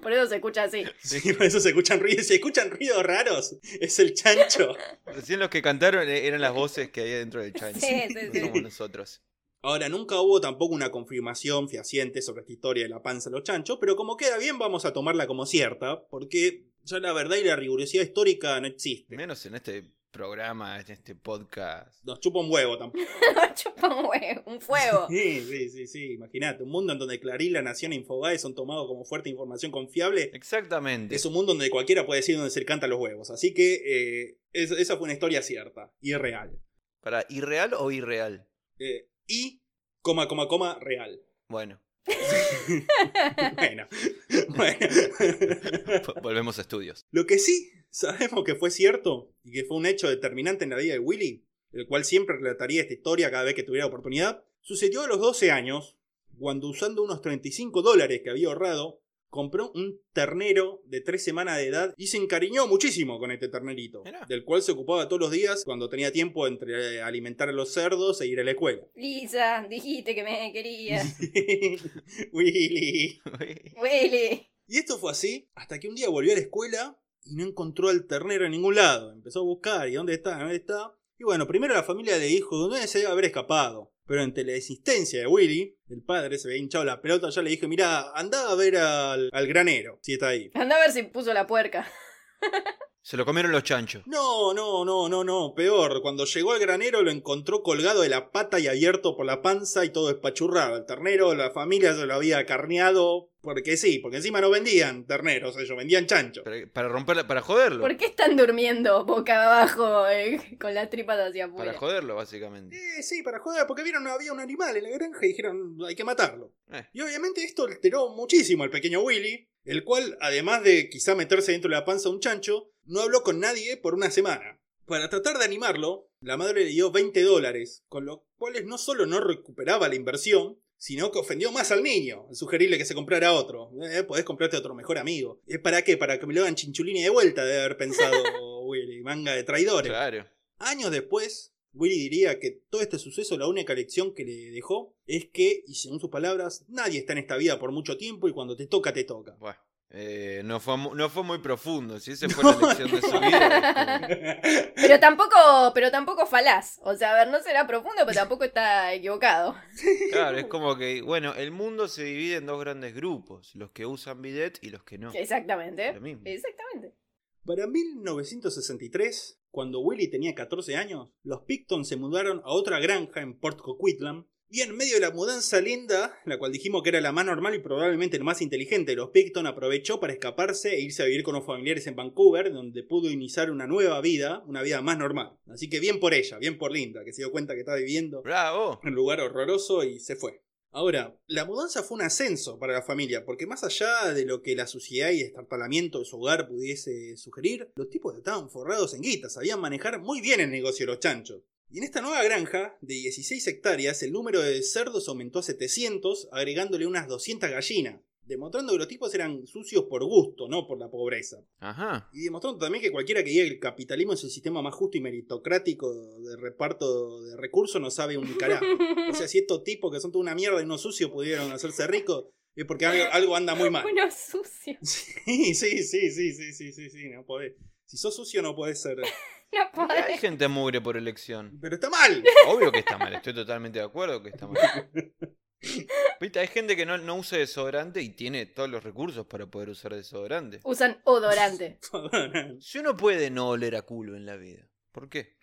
S4: Por eso se escucha así.
S2: Sí, por eso se escuchan ruidos, se escuchan ruidos raros. Es el chancho.
S3: Recién los que cantaron eh, eran las voces que había dentro del chancho.
S4: Sí, sí,
S3: No
S4: sí.
S3: somos nosotros.
S2: Ahora, nunca hubo tampoco una confirmación fehaciente sobre esta historia de la panza de los chanchos, pero como queda bien, vamos a tomarla como cierta, porque ya la verdad y la rigurosidad histórica no existe.
S3: Menos en este programa, en este podcast.
S2: Nos chupa un huevo tampoco.
S4: Chupa un huevo. Un fuego.
S2: Sí, sí, sí, sí. Imagínate, un mundo en donde Clarín, La Nación e Infobae son tomados como fuerte información confiable.
S3: Exactamente.
S2: Es un mundo donde cualquiera puede decir donde se le cantan los huevos. Así que eh, es- esa fue una historia cierta y real.
S3: Para, ¿irreal o irreal?
S2: Eh, y, coma, coma, coma, real.
S3: Bueno,
S2: Bueno. bueno.
S3: vo- volvemos a estudios.
S2: Lo que sí sabemos que fue cierto y que fue un hecho determinante en la vida de Willy, el cual siempre relataría esta historia cada vez que tuviera oportunidad, sucedió a los 12 años, cuando usando unos 35 dólares que había ahorrado, compró un ternero de 3 semanas de edad y se encariñó muchísimo con este ternerito,
S3: Mirá.
S2: del cual se ocupaba todos los días cuando tenía tiempo entre eh, alimentar a los cerdos e ir a la escuela.
S4: Lisa, dijiste que me querías.
S2: Willy.
S4: Willy.
S2: Y esto fue así hasta que un día volvió a la escuela y no encontró al ternero en ningún lado. Empezó a buscar, ¿y dónde está? ¿Dónde está? Y bueno, primero la familia le dijo, ¿dónde se debe haber escapado? Pero ante la existencia de Willy, el padre se había hinchado la pelota, ya le dije, mira, andá a ver al, al granero, si está ahí.
S4: Anda a ver si puso la puerca.
S3: Se lo comieron los chanchos.
S2: No, no, no, no, no, peor. Cuando llegó al granero lo encontró colgado de la pata y abierto por la panza y todo espachurrado. El ternero, la familia se lo había carneado porque sí, porque encima no vendían terneros, ellos vendían chancho.
S3: Para, para romperla, para joderlo.
S4: ¿Por qué están durmiendo boca abajo eh, con las tripas hacia afuera?
S3: Para joderlo, básicamente.
S2: Eh, sí, para joder, porque vieron había un animal en la granja y dijeron hay que matarlo.
S3: Eh.
S2: Y obviamente esto alteró muchísimo al pequeño Willy, el cual, además de quizá meterse dentro de la panza de un chancho, no habló con nadie por una semana. Para tratar de animarlo, la madre le dio 20 dólares, con los cuales no solo no recuperaba la inversión, sino que ofendió más al niño al sugerirle que se comprara otro. Eh, podés comprarte otro mejor amigo. Eh, ¿Para qué? Para que me lo hagan chinchulini de vuelta, debe haber pensado Willy, manga de traidores.
S3: Claro.
S2: Años después, Willy diría que todo este suceso, la única lección que le dejó es que, y según sus palabras, nadie está en esta vida por mucho tiempo y cuando te toca, te toca.
S3: Bueno, eh, no, fue, mu- no fue muy profundo. Si esa fue la lección de su vida. es
S4: Pero tampoco, pero tampoco falaz. O sea, a ver, no será profundo, pero tampoco está equivocado.
S3: como- este, claro, es como que, bueno, el mundo se divide en dos grandes grupos: los que usan bidet y los que no.
S4: Exactamente.
S3: Lo mismo.
S4: Exactamente.
S2: Para 1963, cuando Willy tenía 14 años, los Picton se mudaron a otra granja en Port Coquitlam. Y en medio de la mudanza linda, la cual dijimos que era la más normal y probablemente el más inteligente de los Picton, aprovechó para escaparse e irse a vivir con los familiares en Vancouver, donde pudo iniciar una nueva vida, una vida más normal. Así que bien por ella, bien por Linda, que se dio cuenta que estaba viviendo
S3: ¡Bravo!
S2: en un lugar horroroso y se fue. Ahora, la mudanza fue un ascenso para la familia, porque más allá de lo que la suciedad y destartalamiento de su hogar pudiese sugerir, los tipos estaban forrados en guita, sabían manejar muy bien el negocio de los chanchos. Y en esta nueva granja, de 16 hectáreas, el número de cerdos aumentó a 700, agregándole unas 200 gallinas, demostrando que los tipos eran sucios por gusto, no por la pobreza.
S3: Ajá.
S2: Y demostrando también que cualquiera que diga que el capitalismo es el sistema más justo y meritocrático de reparto de recursos no sabe un
S3: Ah.
S2: carajo. O sea, si estos tipos que son toda una mierda y no sucios pudieron hacerse ricos, es porque algo, algo anda muy mal.
S5: Uno sucio.
S2: Sí, sí, sí, sí, sí, sí, sí, sí, no podés. Si sos sucio no podés ser.
S5: No
S3: Hay
S5: podés.
S3: gente mugre por elección.
S2: Pero está mal.
S3: Obvio que está mal, estoy totalmente de acuerdo que está mal. Viste, hay gente que no, no usa desodorante y tiene todos los recursos para poder usar desodorante.
S4: Usan odorante.
S2: ¿Por
S3: Si uno puede no oler a culo en la vida, ¿por qué?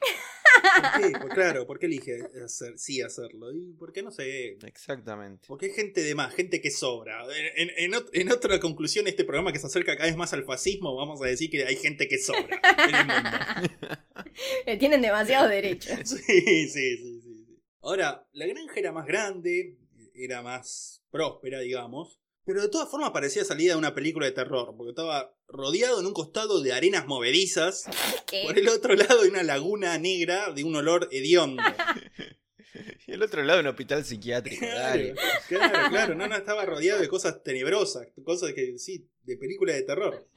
S2: qué? Pues claro, ¿por qué elige hacer, sí hacerlo? ¿Y por qué no sé?
S3: Exactamente.
S2: Porque hay gente de más, gente que sobra. En, en- en ot- en otra conclusión, este programa que se acerca cada vez más al fascismo, vamos a decir que hay gente que sobra en el mundo.
S4: Le Eh, tienen demasiados derechos.
S2: Sí, sí, sí, sí, sí. Ahora, la granja era más grande, era más próspera, digamos, pero de todas formas parecía salida de una película de terror, porque estaba rodeado en un costado de arenas movedizas, por
S5: ¿Qué?
S2: el otro lado de una laguna negra de un olor hediondo.
S3: Y el otro lado, un hospital psiquiátrico.
S2: Claro,
S3: Dale.
S2: claro, claro, no, no, estaba rodeado de cosas tenebrosas, cosas que sí, de película de terror.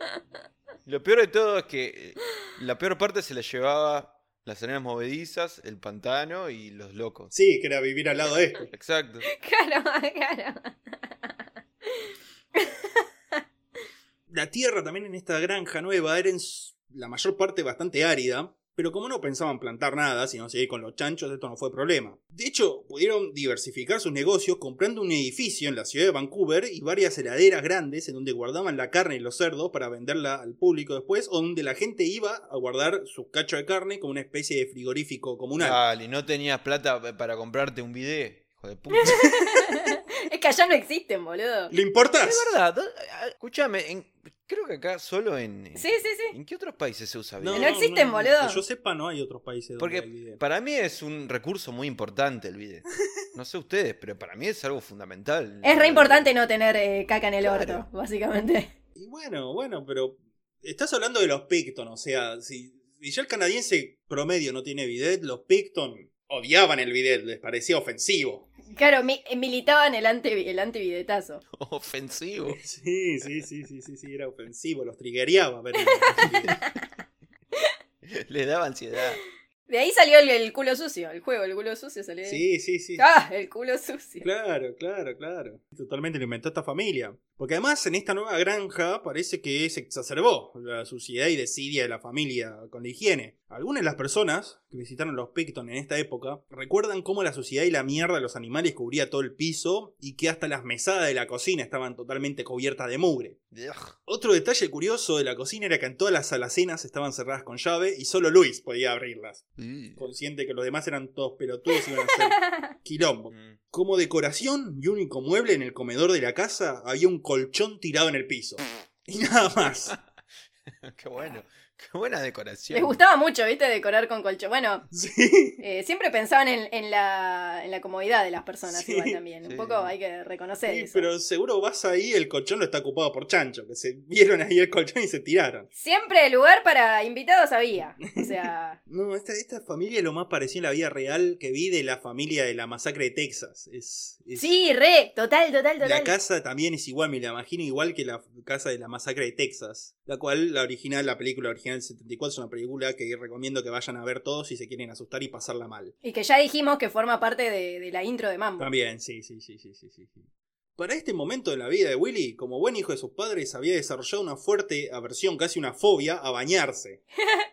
S3: Lo peor de todo es que eh, la peor parte se la llevaba las arenas movedizas, el pantano y los locos.
S2: Sí, que era vivir al lado de esto.
S3: Exacto.
S5: Claro, claro.
S2: La tierra también en esta granja nueva era en s- la mayor parte bastante árida, pero como no pensaban plantar nada, sino seguir con los chanchos, esto no fue problema. De hecho, pudieron diversificar sus negocios comprando un edificio en la ciudad de Vancouver y varias heladeras grandes en donde guardaban la carne y los cerdos para venderla al público después, o donde la gente iba a guardar sus cachos de carne como una especie de frigorífico comunal.
S4: Ah.
S3: Dale, no tenías plata pa- para comprarte un video, hijo de puta.
S4: Es que allá no existen, boludo.
S2: ¿Le importas?
S3: Es verdad. ¿dó- ah, Escúchame, en- creo que acá solo en. en-
S4: Sí, sí, sí.
S3: ¿En qué otros países se usa
S4: No
S3: video?
S4: existen, boludo.
S2: Que yo sepa, no hay otros países donde
S3: Porque
S2: hay video.
S3: para mí es un recurso muy importante el video. No sé ustedes, pero para mí es algo fundamental.
S4: Es re importante no tener eh, caca en el
S3: Claro.
S4: orto, básicamente.
S2: Y bueno, bueno, pero estás hablando de los Picton, o sea, si, si ya el canadiense promedio no tiene bidet, los Picton odiaban el bidet, les parecía ofensivo.
S4: Claro, mi- militaban el, ante, el antividetazo.
S3: Ofensivo.
S2: Sí, sí, sí, sí, sí, sí, era ofensivo, los triguereaba ver el-
S3: Le daba ansiedad.
S4: De ahí salió el, el culo sucio, el juego, el culo sucio salió. de
S2: Sí,
S4: ahí.
S2: sí, sí.
S4: Ah, el culo sucio.
S2: Claro, claro, claro. Totalmente lo inventó esta familia. Porque además en esta nueva granja parece que se exacerbó la suciedad y desidia de la familia con la higiene. Algunas de las personas que visitaron los Picton en esta época recuerdan cómo la suciedad y la mierda de los animales cubría todo el piso y que hasta las mesadas de la cocina estaban totalmente cubiertas de mugre.
S3: Ugh.
S2: Otro detalle curioso de la cocina era que en todas las alacenas estaban cerradas con llave y solo Luis podía abrirlas,
S3: Mm.
S2: consciente que los demás eran todos pelotudos y iban a hacer quilombo. Como decoración y único mueble en el comedor de la casa había un colchón tirado en el piso. Y nada más.
S3: Qué bueno. Qué buena
S4: Les
S3: decoración.
S4: gustaba mucho, ¿viste? Decorar con colchón. Bueno,
S2: Sí.
S4: eh, siempre pensaban en, en la, en la comodidad de las personas
S2: Sí,
S4: igual también.
S3: sí.
S4: Un poco hay que reconocer
S2: Sí,
S4: eso.
S2: pero seguro vas ahí, el colchón no está ocupado por chancho, que se vieron ahí el colchón y se tiraron.
S4: Siempre el lugar para invitados había. O sea,
S2: No, esta, esta familia es lo más parecido a la vida real que vi de la familia de la masacre de Texas. Es, es-
S4: sí, re, total, total, total.
S2: La casa también es igual, me la imagino igual que la casa de la masacre de Texas, la cual la original, la película original del 74 es una película que recomiendo que vayan a ver todos si se quieren asustar y pasarla mal.
S4: Y que ya dijimos que forma parte de, de la intro de Mambo.
S2: También, sí, sí, sí, sí, sí, sí. sí. Para este momento en la vida de Willy, como buen hijo de sus padres, había desarrollado una fuerte aversión, casi una fobia, a bañarse.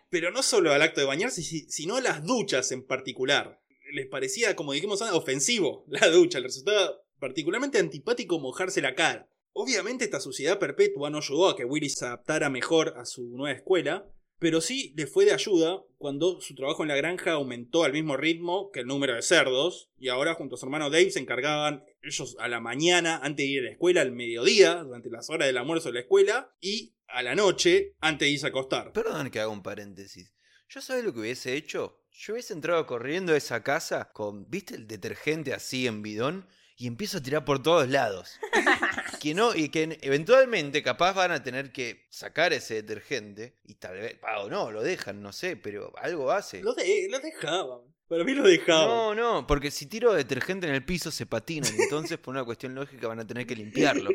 S2: Pero no solo al acto de bañarse, si- sino a las duchas en particular. Les parecía, como dijimos antes, ofensivo la ducha. Les resultaba particularmente antipático mojarse la cara. Obviamente esta suciedad perpetua no ayudó a que Willy se adaptara mejor a su nueva escuela, pero sí le fue de ayuda cuando su trabajo en la granja aumentó al mismo ritmo que el número de cerdos, y ahora junto a su hermano Dave se encargaban ellos a la mañana antes de ir a la escuela, al mediodía, durante las horas del almuerzo de la escuela, y a la noche antes de irse a acostar.
S3: Perdón que haga un paréntesis. ¿Yo sabés lo que hubiese hecho? Yo hubiese entrado corriendo a esa casa con, ¿viste? El detergente así en bidón y empiezo a tirar por todos lados. que no, y que eventualmente capaz van a tener que sacar ese detergente y tal vez, ah, o no, lo dejan, no sé, pero algo hace.
S2: Lo, de- lo dejaban. Para mí lo dejaban.
S3: No, no, porque si tiro detergente en el piso se patinan, entonces por una cuestión lógica van a tener que limpiarlo.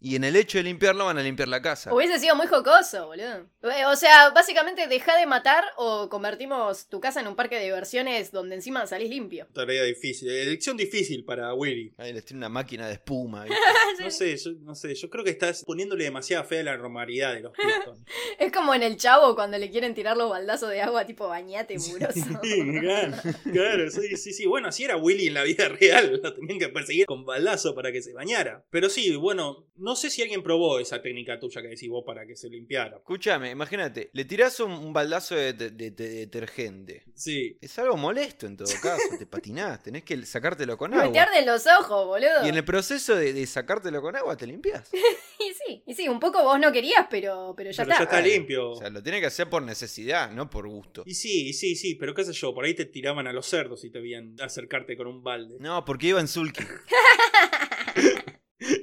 S3: Y en el hecho de limpiarlo van a limpiar la casa.
S4: Hubiese sido muy jocoso, boludo. Eh, O sea, básicamente deja de matar o convertimos tu casa en un parque de diversiones donde encima salís limpio.
S2: Tarea difícil. Elección difícil para Willy.
S3: Ahí les tiene una máquina de espuma. ¿viste?
S2: No sé, yo, no sé, yo creo que estás poniéndole demasiada fe a la normalidad de los Clifton.
S4: Es como en el chavo cuando le quieren tirar los baldazos de agua tipo bañate, muroso.
S2: Sí, claro, claro, sí, sí, sí. Bueno, así era Willy en la vida real. Lo tenían que perseguir con balazo para que se bañara. Pero sí, bueno, no sé si alguien probó esa técnica tuya que decís vos para que se limpiara.
S3: Escúchame, imagínate, le tirás un, un baldazo de, de- de- de detergente.
S2: Sí.
S3: Es algo molesto en todo caso, te patinás, tenés que sacártelo con
S4: Me te
S3: agua.
S4: arden los ojos, boludo.
S3: Y en el proceso de, de sacártelo con agua te limpias.
S4: Y sí, y sí, un poco vos no querías, pero, pero ya
S2: Pero
S4: está.
S2: ya está limpio.
S3: O sea, lo tiene que hacer por necesidad, no por gusto.
S2: Y sí, y sí, sí, pero qué sé yo, por ahí te tiraban a los cerdos y te veían acercarte con un balde.
S3: No, porque iba en sulky.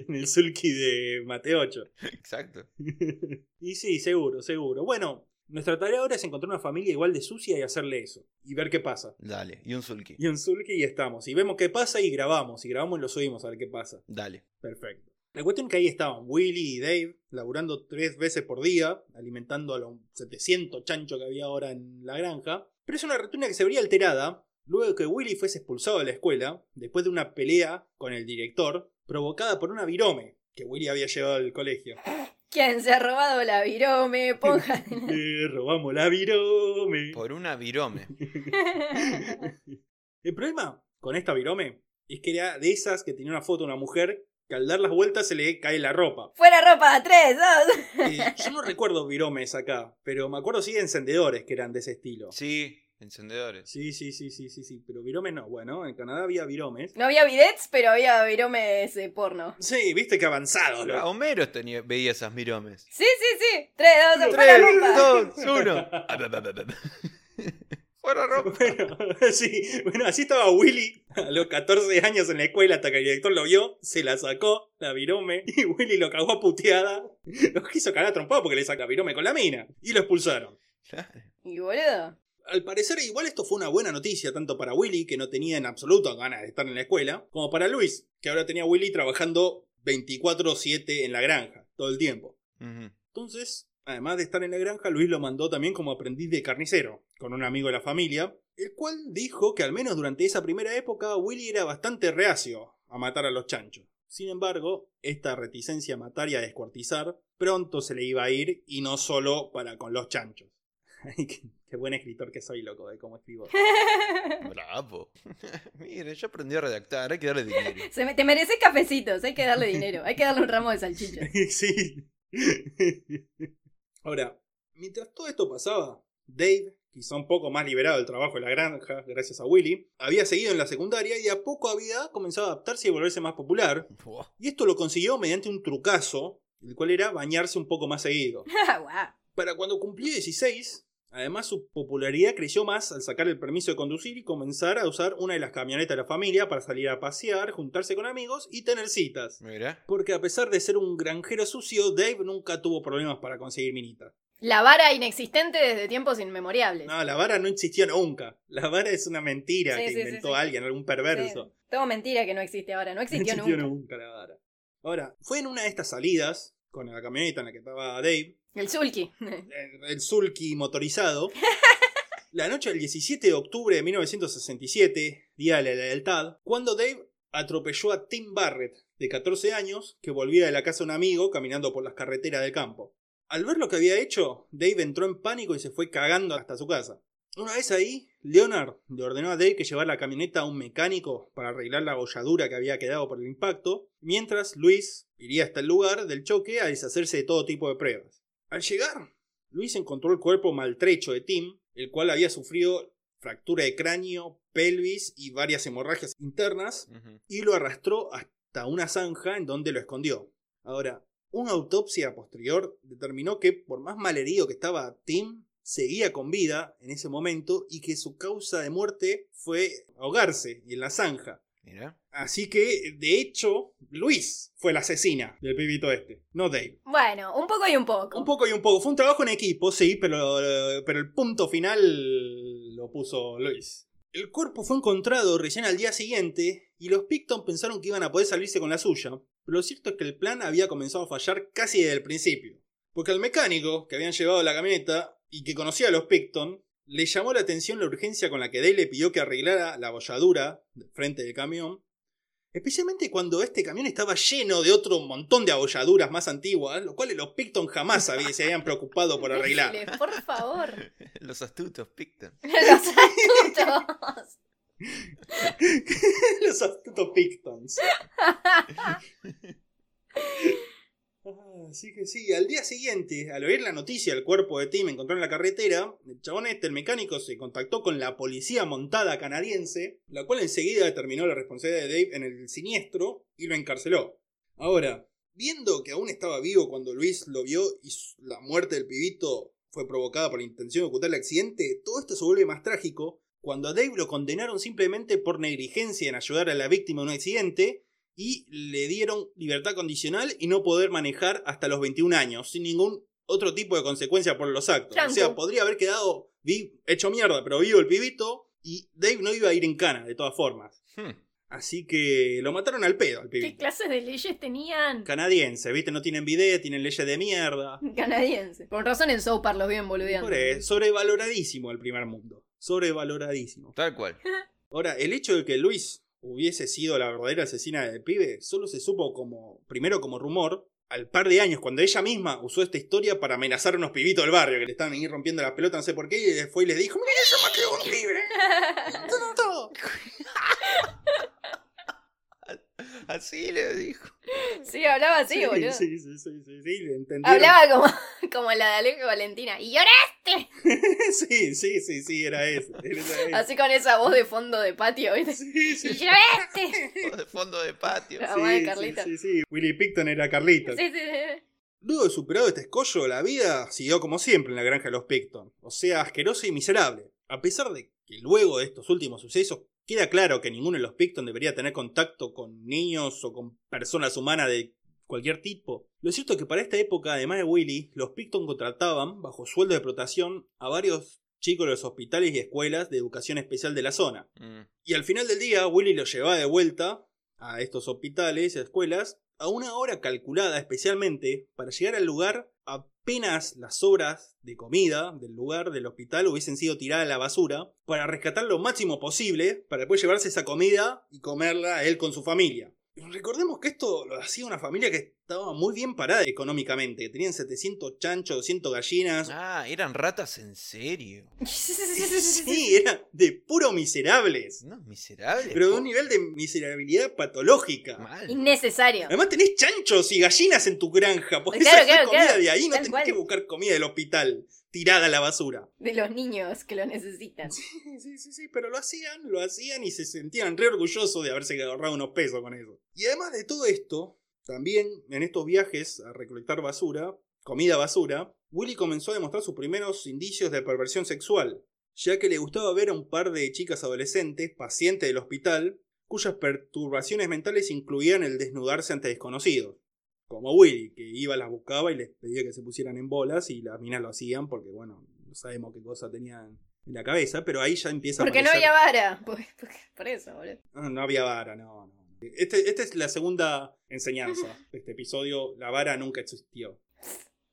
S2: En el sulky de Mate 8.
S3: Exacto.
S2: Y sí, seguro, seguro. Bueno, nuestra tarea ahora es encontrar una familia igual de sucia y hacerle eso. Y ver qué pasa.
S3: Dale, y un sulky.
S2: Y en Zulki y estamos. Y vemos qué pasa y grabamos. Y grabamos y lo subimos a ver qué pasa.
S3: Dale.
S2: Perfecto. La cuestión que ahí estaban Willy y Dave laburando tres veces por día, alimentando a los 700 chanchos que había ahora en la granja. Pero es una rutina que se vería alterada luego que Willy fuese expulsado de la escuela después de una pelea con el director provocada por una virome que Willy había llevado al colegio.
S4: Quien se ha robado la virome, ponja.
S2: Le robamos la virome.
S3: Por una virome.
S2: El problema con esta virome es que era de esas que tenía una foto de una mujer que al dar las vueltas se le cae la ropa.
S4: Fuera ropa, tres, dos.
S2: Eh, yo no recuerdo viromes acá, pero me acuerdo sí de encendedores que eran de ese estilo.
S3: Sí, encendedores.
S2: Sí, sí, sí, sí, sí, sí, pero viromes no. Bueno, en Canadá había viromes.
S4: No había bidets, pero había viromes de porno.
S2: Sí, viste que avanzado,
S3: Ah,
S2: ¿no?
S3: Homero tenía, veía esas viromes.
S4: Sí, sí, sí. Tres, dos, fuera
S3: Tres,
S4: ropa.
S3: dos, uno. Fuera ropa.
S2: Bueno, sí, bueno, así estaba Willy a los 14 años en la escuela hasta que el director lo vio, se la sacó, la virome, y Willy lo cagó a puteada. Lo quiso cagar a trompado porque le saca la virome con la mina. Y lo expulsaron.
S4: Y boludo.
S2: Al parecer, igual esto fue una buena noticia, tanto para Willy, que no tenía en absoluto ganas de estar en la escuela, como para Luis, que ahora tenía a Willy trabajando 24-7 en la granja, todo el tiempo.
S3: Ujú.
S2: Entonces, además de estar en la granja, Luis lo mandó también como aprendiz de carnicero, con un amigo de la familia, el cual dijo que al menos durante esa primera época Willy era bastante reacio a matar a los chanchos. Sin embargo, esta reticencia a matar y a descuartizar pronto se le iba a ir y no solo para con los chanchos. Ay, qué, qué buen escritor que soy, loco, de cómo escribo.
S3: Bravo. Mire, yo aprendí a redactar, hay que darle dinero.
S4: Se me- te mereces cafecitos, hay que darle dinero, hay que darle un ramo de salchichas.
S2: sí. Ahora, mientras todo esto pasaba, Dave, quizá un poco más liberado del trabajo en la granja, gracias a Willy, había seguido en la secundaria y de a poco había comenzado a adaptarse y volverse más popular.
S3: Buah.
S2: Y esto lo consiguió mediante un trucazo, el cual era bañarse un poco más seguido.
S4: Guau.
S2: Para cuando cumplió 16, además su popularidad creció más al sacar el permiso de conducir y comenzar a usar una de las camionetas de la familia para salir a pasear, juntarse con amigos y tener citas.
S3: Mira.
S2: Porque a pesar de ser un granjero sucio, Dave nunca tuvo problemas para conseguir minita.
S4: La vara inexistente desde tiempos inmemorables.
S2: No, la vara no existió nunca. La vara es una mentira
S4: Sí,
S2: que
S4: sí, sí,
S2: inventó
S4: sí.
S2: alguien, algún
S4: Sí,
S2: perverso.
S4: todo mentira que no existe ahora, no
S2: no
S4: existió
S2: existió
S4: nunca.
S2: nunca la vara. Ahora, fue en una de estas salidas, con la camioneta en la que estaba Dave,
S4: El sulky.
S2: el- el sulky motorizado, la noche del 17 de octubre de 1967, Día de la Lealtad, cuando Dave atropelló a Tim Barrett, de 14 años, que volvía de la casa de un amigo caminando por las carreteras del campo. Al ver lo que había hecho, Dave entró en pánico y se fue cagando hasta su casa. Una vez ahí, Leonard le ordenó a Dave que llevara la camioneta a un mecánico para arreglar la bolladura que había quedado por el impacto, mientras Luis iría hasta el lugar del choque a deshacerse de todo tipo de pruebas. Al llegar, Luis encontró el cuerpo maltrecho de Tim, el cual había sufrido fractura de cráneo, pelvis y varias hemorragias internas,
S3: Ujú.
S2: y lo arrastró hasta una zanja en donde lo escondió. Ahora, una autopsia posterior determinó que, por más malherido que estaba Tim, seguía con vida en ese momento y que su causa de muerte fue ahogarse en la zanja.
S3: Mira.
S2: Así que, de hecho, Luis fue la asesina del pibito este, no Dave.
S4: Bueno, un poco y un poco.
S2: Un poco y un poco. Fue un trabajo en equipo, sí, pero, pero el punto final lo puso Luis. El cuerpo fue encontrado recién al día siguiente y los Picton pensaron que iban a poder salirse con la suya, pero lo cierto es que el plan había comenzado a fallar casi desde el principio. Porque al mecánico que habían llevado la camioneta y que conocía a los Picton, le llamó la atención la urgencia con la que Dave le pidió que arreglara la bolladura del frente del camión, especialmente cuando este camión estaba lleno de otro montón de abolladuras más antiguas, lo cual los Picton jamás había- se habían preocupado por arreglar.
S4: Imbéciles, Por favor.
S3: Los astutos Picton.
S4: Los astutos.
S2: Los astutos Pictons. Ah, Así que sí, al día siguiente, al oír la noticia del cuerpo de Tim encontrado en la carretera, el chabón este, el mecánico, se contactó con la policía montada canadiense, la cual enseguida determinó la responsabilidad de Dave en el siniestro y lo encarceló. Ahora, viendo que aún estaba vivo cuando Luis lo vio y su- la muerte del pibito fue provocada por la intención de ocultar el accidente, todo esto se vuelve más trágico cuando a Dave lo condenaron simplemente por negligencia en ayudar a la víctima de un accidente y le dieron libertad condicional y no poder manejar hasta los 21 años, sin ningún otro tipo de consecuencia por los actos.
S4: Tranqui.
S2: O sea, podría haber quedado vi- hecho mierda, pero vivo el pibito y Dave no iba a ir en cana, de todas formas.
S3: Hmm.
S2: Así que lo mataron al pedo al
S5: ¿Qué
S2: pibito.
S5: clases de leyes tenían?
S2: Canadiense, ¿viste? No tienen video, tienen leyes de mierda.
S4: Canadiense. Con razón en South Park los bien boludeando.
S2: Por eso, sobrevaloradísimo el primer mundo. Sobrevaloradísimo.
S3: Tal cual.
S2: Ahora, el hecho de que Luis hubiese sido la verdadera asesina del pibe solo se supo como, primero como rumor, al par de años, cuando ella misma usó esta historia para amenazar a unos pibitos del barrio que le estaban ahí rompiendo la pelota, no sé por qué, y después les dijo: Mira, yo maté a un pibe. Tonto".
S3: Así le dijo.
S4: Sí, hablaba así, boludo.
S2: sí, sí, sí, sí, sí, le entendieron.
S4: Hablaba como, como la de Alejo y Valentina. Y lloré.
S2: Sí, sí, sí, sí, era eso. Era ese.
S4: Así con esa voz de fondo de patio, ¿viste?
S2: Sí, sí,
S4: Y
S2: sí,
S4: lloraste.
S3: De fondo de patio.
S4: La mamá de
S2: sí,
S4: Carlita.
S2: sí, sí. Willy Picton era Carlita.
S4: Sí, sí, sí.
S2: Luego de superado este escollo, la vida siguió como siempre en la granja de los Picton, o sea, asquerosa y miserable. A pesar de que luego de estos últimos sucesos queda claro que ninguno de los Picton debería tener contacto con niños o con personas humanas de cualquier tipo. Lo cierto es que para esta época, además de Willy, los Picton contrataban, bajo sueldo de explotación, a varios chicos de los hospitales y escuelas de educación especial de la zona.
S3: Mm.
S2: Y al final del día, Willy lo llevaba de vuelta a estos hospitales y escuelas a una hora calculada especialmente para llegar al lugar apenas las obras de comida del lugar del hospital hubiesen sido tiradas a la basura para rescatar lo máximo posible para después llevarse esa comida y comerla él con su familia. Recordemos que esto lo hacía una familia que estaba muy bien parada económicamente, que tenían 700 chanchos, 200 gallinas.
S3: Ah, eran ratas en serio.
S2: Sí, era de puro miserables.
S3: No, miserables.
S2: Pero de
S3: po.
S2: un nivel de miserabilidad patológica.
S3: Mal.
S4: Innecesario.
S2: Además tenés chanchos y gallinas en tu granja. Podés
S4: Claro,
S2: sacar
S4: claro,
S2: comida
S4: claro.
S2: de ahí, no
S4: Tal
S2: tenés
S4: cual.
S2: que buscar comida del hospital tirada a la basura.
S4: De los niños que lo necesitan.
S2: Sí, sí, sí, sí, pero lo hacían, lo hacían y se sentían re orgullosos de haberse ahorrado unos pesos con eso. Y además de todo esto, también en estos viajes a recolectar basura, comida basura, Willy comenzó a demostrar sus primeros indicios de perversión sexual, ya que le gustaba ver a un par de chicas adolescentes, pacientes del hospital, cuyas perturbaciones mentales incluían el desnudarse ante desconocidos. Como Willy, que iba, las buscaba y les pedía que se pusieran en bolas y las minas lo hacían porque, bueno, no sabemos qué cosa tenían en la cabeza, pero ahí ya empieza a
S4: Porque no
S2: aparecer-
S4: había vara. Por, por- por eso, boludo.
S2: Ah, No había vara, no, no. Este- esta es la segunda enseñanza de este episodio. La vara nunca existió.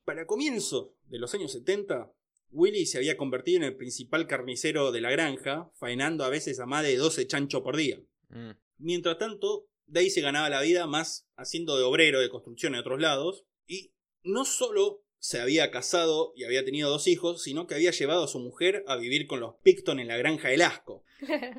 S2: Para comienzo de los años 70, Willy se había convertido en el principal carnicero de la granja, faenando a veces a más de 12 chanchos por día.
S3: Mm.
S2: Mientras tanto, Day se ganaba la vida más haciendo de obrero de construcción en otros lados, y no solo se había casado y había tenido dos hijos, sino que había llevado a su mujer a vivir con los Picton en la granja del asco.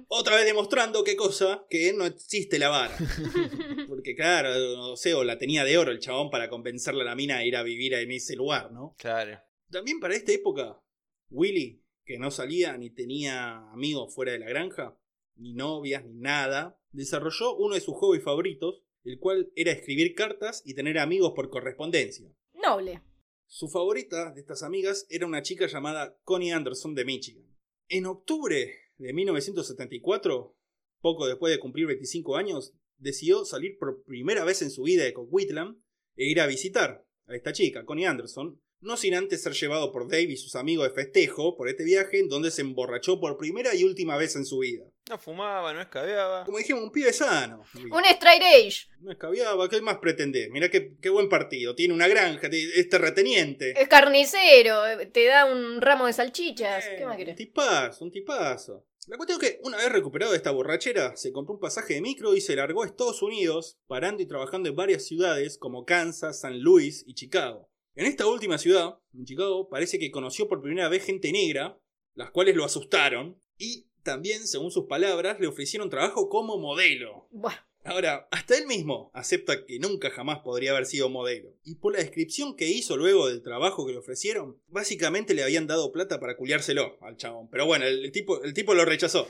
S2: Otra vez demostrando qué cosa, que no existe la vara. Porque claro, no sé, o la tenía de oro el chabón para compensarle a la mina a ir a vivir en ese lugar, ¿no?
S3: Claro.
S2: También para esta época, Willy, que no salía ni tenía amigos fuera de la granja, ni novias, ni nada, desarrolló uno de sus hobbies favoritos, el cual era escribir cartas y tener amigos por correspondencia.
S4: Noble.
S2: Su favorita de estas amigas era una chica llamada Connie Anderson de Michigan. En octubre de 1974, poco después de cumplir 25 años, decidió salir por primera vez en su vida de Coquitlam e ir a visitar a esta chica, Connie Anderson, no sin antes ser llevado por Dave y sus amigos de festejo por este viaje en donde se emborrachó por primera y última vez en su vida.
S3: No fumaba, no escabeaba.
S2: Como dijimos, un pibe sano.
S4: Un straight age.
S2: No escabiaba, ¿qué más pretendés? Mirá qué, qué buen partido, tiene una granja, te- es terrateniente.
S4: Es carnicero. eh, Te da un ramo de salchichas.
S2: Eh,
S4: ¿Qué más
S2: un
S4: querés?
S2: tipazo, un tipazo. La cuestión es que, una vez recuperado de esta borrachera, se compró un pasaje de micro y se largó a Estados Unidos, parando y trabajando en varias ciudades como Kansas, San Luis y Chicago. En esta última ciudad, en Chicago, parece que conoció por primera vez gente negra, las cuales lo asustaron, y también, según sus palabras, le ofrecieron trabajo como modelo.
S4: Buah,
S2: Ahora, hasta él mismo acepta que nunca jamás podría haber sido modelo. Y por la descripción que hizo luego del trabajo que le ofrecieron, básicamente le habían dado plata para culiárselo al chabón. Pero bueno, el, el tipo, el tipo lo rechazó.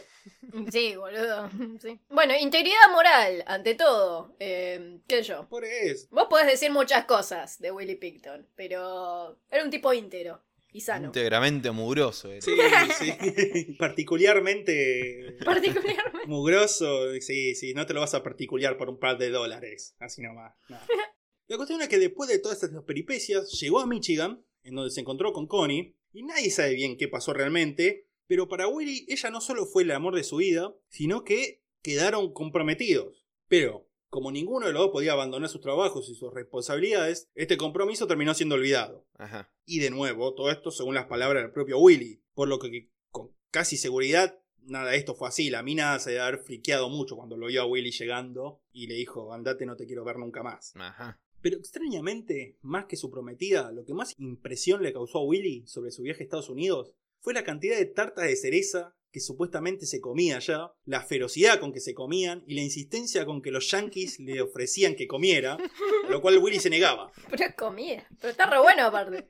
S4: Sí, boludo. sí. Bueno, integridad moral, ante todo. Eh, ¿Qué yo?
S2: Por eso.
S4: Vos podés decir muchas cosas de Willy Picton, pero era un tipo íntero y sano.
S3: Íntegramente mugroso. era.
S2: Sí, sí. Particularmente
S4: Particularmente.
S2: mugroso. Sí, sí, no te lo vas a particular por un par de dólares. Así nomás. no. La cuestión es que después de todas estas peripecias, llegó a Michigan, en donde se encontró con Connie, y nadie sabe bien qué pasó realmente, pero para Willy ella no solo fue el amor de su vida, sino que quedaron comprometidos. Pero, como ninguno de los dos podía abandonar sus trabajos y sus responsabilidades, este compromiso terminó siendo olvidado.
S3: Ajá.
S2: Y de nuevo, todo esto según las palabras del propio Willy, por lo que con casi seguridad nada de esto fue así. La mina se debe haber friqueado mucho cuando lo vio a Willy llegando y le dijo, andate, no te quiero ver nunca más.
S3: Ajá.
S2: Pero extrañamente, más que su prometida, lo que más impresión le causó a Willy sobre su viaje a Estados Unidos fue la cantidad de tartas de cereza que supuestamente se comía allá, la ferocidad con que se comían y la insistencia con que los yankees le ofrecían que comiera, a lo cual Willy se negaba.
S4: Pero es comida. Pero está re bueno aparte.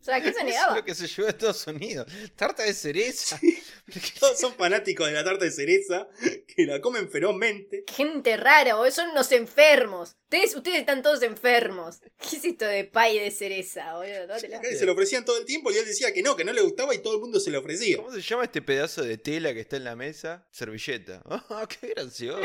S4: O sea, ¿qué se
S3: Eso es
S4: negaba?
S3: lo que se llevó a Estados Unidos. Tarta de cereza.
S2: Todos son fanáticos de la tarta de cereza, que la comen ferozmente.
S4: Gente rara, o son unos enfermos. Ustedes, ustedes están todos enfermos. ¿Qué es esto de pay de cereza, boludo? Dátela.
S2: Y se lo ofrecían todo el tiempo y él decía que no, que no le gustaba y todo el mundo se lo ofrecía.
S3: ¿Cómo se llama este pedazo de tela que está en la mesa? Servilleta. Ah, qué gracioso.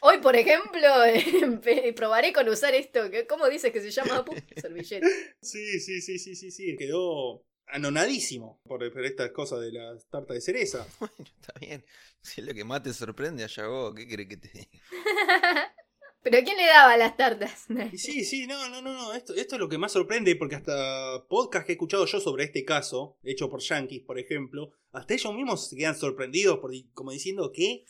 S4: Hoy, por ejemplo, eh, probaré con usar esto. que- ¿Cómo dices que se llama? Apu? Servilleta.
S2: Sí, sí, sí, sí, sí, sí. Quedó anonadísimo por, por estas cosas de la tarta de cereza.
S3: Bueno, está bien. Si es lo que más te sorprende, allá vos, ¿qué crees que te diga?
S4: ¿Pero quién le daba las tartas?
S2: Y sí, sí, no, no, no, no. Esto, esto es lo que más sorprende porque hasta podcast que he escuchado yo sobre este caso, hecho por yankees, por ejemplo, hasta ellos mismos se quedan sorprendidos por, di- como diciendo que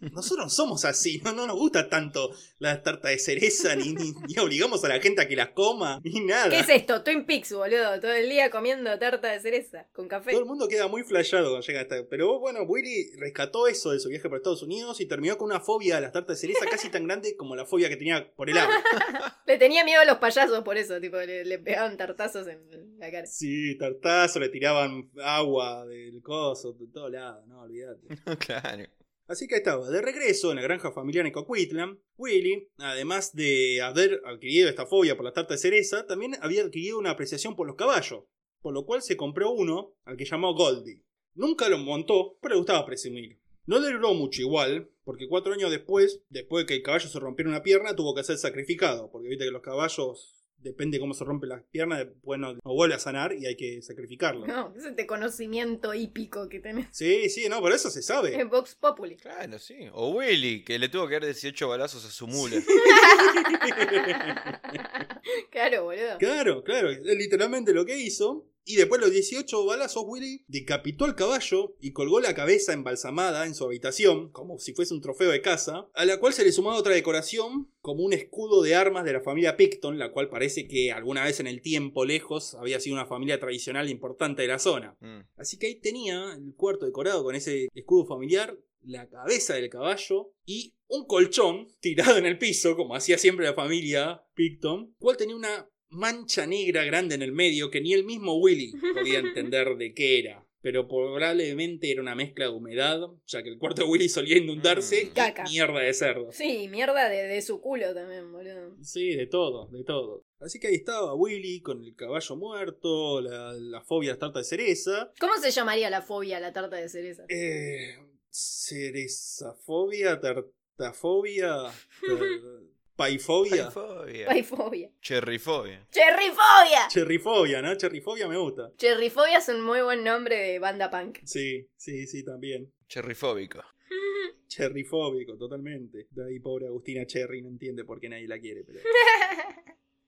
S2: nosotros no somos así, no, no nos gusta tanto la tarta de cereza, ni, ni- ni obligamos a la gente a que las coma, ni nada.
S4: ¿Qué es esto? Twin Peaks, boludo. Todo el día comiendo tarta de cereza con café.
S2: Todo el mundo queda muy flayado cuando llega hasta. Pero bueno, Willy rescató eso de su viaje por Estados Unidos y terminó con una fobia a las tartas de cereza casi tan grande como la fobia que tenía por el agua.
S4: Le tenía miedo a los payasos por eso, tipo, le, le pegaban tartazos en la cara.
S2: Sí, tartazo, le tiraban agua del coso, de todo lado, no, olvídate.
S3: Claro.
S2: Así que ahí estaba, de regreso en la granja familiar en Coquitlam, Willy, además de haber adquirido esta fobia por la tarta de cereza, también había adquirido una apreciación por los caballos, por lo cual se compró uno al que llamó Goldie. Nunca lo montó, pero le gustaba presumir. No le duró mucho igual, porque cuatro años después, después de que el caballo se rompiera una pierna, tuvo que ser sacrificado, porque viste que los caballos, depende de cómo se rompen las piernas, después no, no vuelve a sanar y hay que sacrificarlo.
S4: No, es este conocimiento hípico que tenés
S2: Sí, sí, no, por eso se sabe.
S4: en Vox Populi.
S3: Claro, sí. O Willy, que le tuvo que dar 18 balazos a su mula.
S4: Claro, boludo.
S2: Claro, claro, es literalmente lo que hizo. Y después de los 18 balazos, Willy decapitó al caballo y colgó la cabeza embalsamada en su habitación, como si fuese un trofeo de caza, a la cual se le sumaba otra decoración, como un escudo de armas de la familia Picton, la cual parece que alguna vez en el tiempo lejos había sido una familia tradicional importante de la zona.
S3: Mm.
S2: Así que ahí tenía el cuarto decorado con ese escudo familiar, la cabeza del caballo y un colchón tirado en el piso, como hacía siempre la familia Picton, cual tenía una mancha negra grande en el medio que ni el mismo Willy podía entender de qué era. Pero probablemente era una mezcla de humedad, ya que el cuarto de Willy solía inundarse y
S4: Caca.
S2: mierda de cerdos.
S4: Sí, mierda de, de su culo también, boludo.
S2: Sí, de todo, de todo. Así que ahí estaba Willy con el caballo muerto, la, la fobia a las tartas de cereza,
S4: ¿Cómo se llamaría la fobia a la tarta de cereza?
S2: Eh, Cerezafobia, tartafobia, ter- paifobia.
S3: Paifobia.
S4: Paifobia.
S3: Cherrifobia.
S4: ¡Cherrifobia!
S2: Cherrifobia, ¿no? Cherrifobia me gusta.
S4: Cherrifobia es un muy buen nombre de banda punk.
S2: Sí, sí, sí, también.
S3: Cherrifóbico.
S2: Cherrifóbico, totalmente. De ahí pobre Agustina Cherry no entiende por qué nadie la quiere, pero.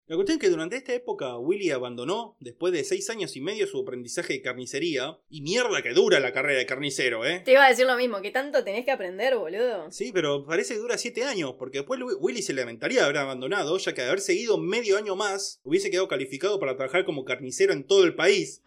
S2: La cuestión es que durante esta época Willy abandonó, después de seis años y medio, su aprendizaje de carnicería. Y mierda que dura la carrera de carnicero, ¿eh?
S4: Te iba a decir lo mismo, que tanto tenés que aprender, boludo.
S2: Sí, pero parece que dura siete años, porque después Lu- Willy se lamentaría de haber abandonado, ya que de haber seguido medio año más, hubiese quedado calificado para trabajar como carnicero en todo el país.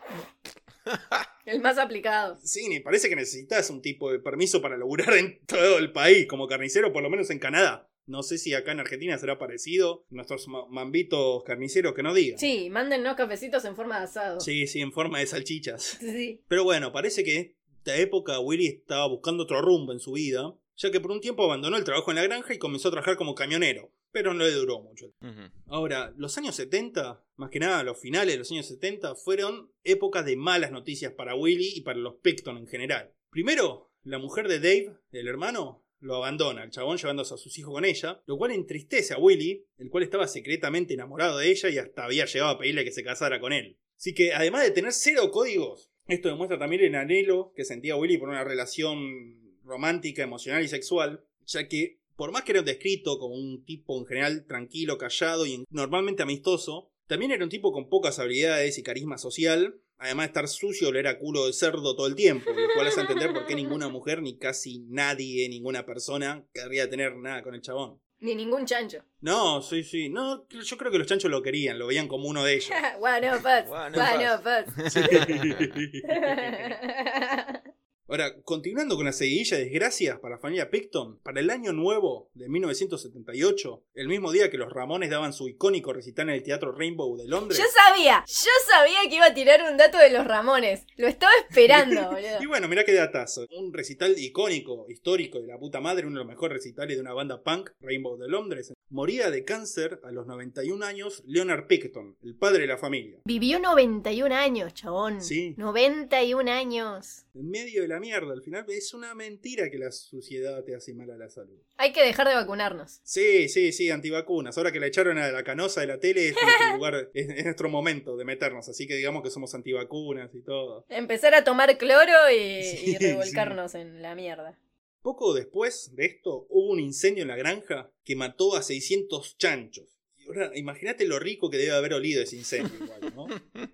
S4: El más aplicado.
S2: Sí, ni parece que necesitas un tipo de permiso para laburar en todo el país, como carnicero, por lo menos en Canadá. No sé si acá en Argentina será parecido, nuestros ma- mambitos carniceros que no digan.
S4: Sí, mándennos cafecitos en forma de asado.
S2: sí, sí, en forma de salchichas.
S4: Sí.
S2: Pero bueno, parece que en esta época Willy estaba buscando otro rumbo en su vida, ya que por un tiempo abandonó el trabajo en la granja y comenzó a trabajar como camionero, pero no le duró mucho.
S3: Ujú.
S2: Ahora, los años 70, más que nada los finales de los años 70, fueron épocas de malas noticias para Willy y para los Picton en general. Primero, la mujer de Dave, el hermano, lo abandona, el chabón llevándose a sus hijos con ella, lo cual entristece a Willy, el cual estaba secretamente enamorado de ella y hasta había llegado a pedirle que se casara con él. Así que, además de tener cero códigos, esto demuestra también el anhelo que sentía Willy por una relación romántica, emocional y sexual, ya que, por más que era descrito como un tipo en general tranquilo, callado y normalmente amistoso, también era un tipo con pocas habilidades y carisma social, además de estar sucio, le era culo de cerdo todo el tiempo, lo cual hace entender por qué ninguna mujer, ni casi nadie, ninguna persona querría tener nada con el chabón.
S4: Ni ningún chancho.
S2: No, sí, sí, no, yo creo que los chanchos lo querían, lo veían como uno de ellos.
S4: One of us.
S3: One of
S4: One
S3: us.
S4: of us.
S2: Ahora, continuando con la seguidilla de desgracias para la familia Picton, para el año nuevo de 1978, el mismo día que los Ramones daban su icónico recital en el Teatro Rainbow de Londres.
S4: Yo sabía, yo sabía que iba a tirar un dato de los Ramones. Lo estaba esperando,
S2: Y
S4: boludo.
S2: bueno, mirá qué datazo. Un recital icónico, histórico de la puta madre, uno de los mejores recitales de una banda punk, Rainbow de Londres. Moría de cáncer a los 91 años Leonard Picton, el padre de la familia.
S4: Vivió 91 años, chabón.
S2: Sí.
S4: 91 años.
S2: En medio de la mierda, al final es una mentira que la suciedad te hace mal a la salud.
S4: Hay que dejar de vacunarnos.
S2: Sí, sí, sí, antivacunas. Ahora que la echaron a la canosa de la tele es nuestro lugar, es, es nuestro momento de meternos, así que digamos que somos antivacunas y todo.
S4: Empezar a tomar cloro y, y
S2: Sí,
S4: revolcarnos en la mierda.
S2: Poco después de esto hubo un incendio en la granja que mató a 600 chanchos. Y ahora imagínate lo rico que debe haber olido ese incendio igual, ¿no?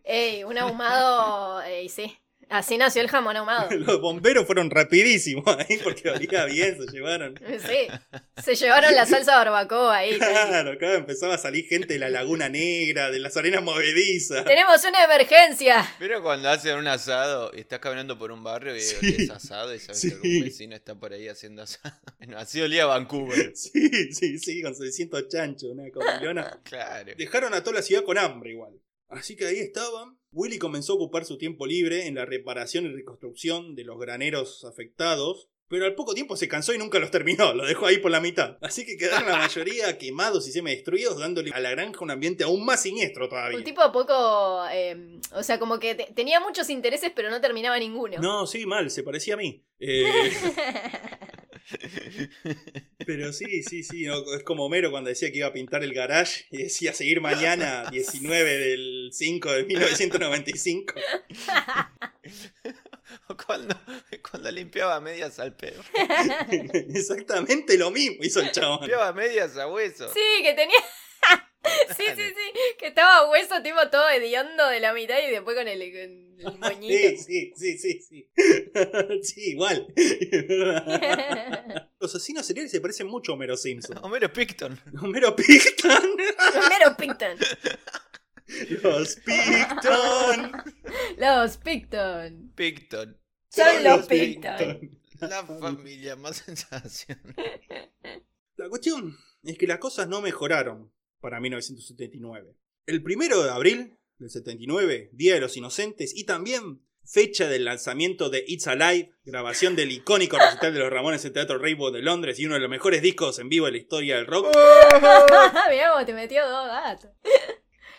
S4: Ey, un ahumado. Ey, sí. Así nació el jamón ahumado.
S2: Los bomberos fueron rapidísimos ahí porque olía bien, se llevaron.
S4: Sí. Se llevaron la salsa barbacoa ahí. tranqui.
S2: Claro, claro, empezaba a salir gente de la Laguna Negra, de las arenas movedizas.
S4: Tenemos una emergencia.
S3: Pero cuando hacen un asado y estás caminando por un barrio y,
S2: Sí.
S3: y es asado y sabes
S2: Sí.
S3: que algún vecino está por ahí haciendo asado. Bueno, así olía Vancouver.
S2: Sí, sí, sí, con 600 chanchos, una comilona.
S3: Claro.
S2: Dejaron a toda la ciudad con hambre igual. Así que ahí estaban. Willy comenzó a ocupar su tiempo libre en la reparación y reconstrucción de los graneros afectados, pero al poco tiempo se cansó y nunca los terminó, lo dejó ahí por la mitad. Así que quedaron la mayoría quemados y semidestruidos, dándole a la granja un ambiente aún más siniestro
S4: Un
S2: todavía.
S4: tipo poco. eh, o sea, como que te- tenía muchos intereses, pero no terminaba ninguno.
S2: No, sí, mal, se parecía a mí. Eh, pero sí, sí, sí, no, es como Homero cuando decía que iba a pintar el garage y decía seguir mañana 19 del 5 de 1995.
S3: O cuando, cuando limpiaba medias al perro.
S2: Exactamente lo mismo hizo el chabón.
S3: Limpiaba medias a hueso.
S4: Sí, que tenía. sí, sí, sí. Que estaba hueso, tipo todo hediondo de la mitad y después con el, con el
S2: Sí,
S4: moñito.
S2: sí, sí, sí, sí. sí, igual. Los asesinos seriales se parecen mucho a Homero Simpson.
S3: Homero Picton.
S2: Homero Picton.
S4: Primero Picton.
S2: Los Picton.
S4: Los Picton.
S3: Picton.
S4: Son
S2: Los
S4: los Picton.
S3: La familia más sensación.
S2: La cuestión es que las cosas no mejoraron para 1979. El primero de abril del 79, Día de los Inocentes, y también fecha del lanzamiento de It's Alive, grabación del icónico recital de los Ramones en el Teatro Rainbow de Londres y uno de los
S3: Ah,
S4: Ah,
S2: mejores discos en vivo de la historia del rock.
S4: Mirá cómo te metió dos gatos.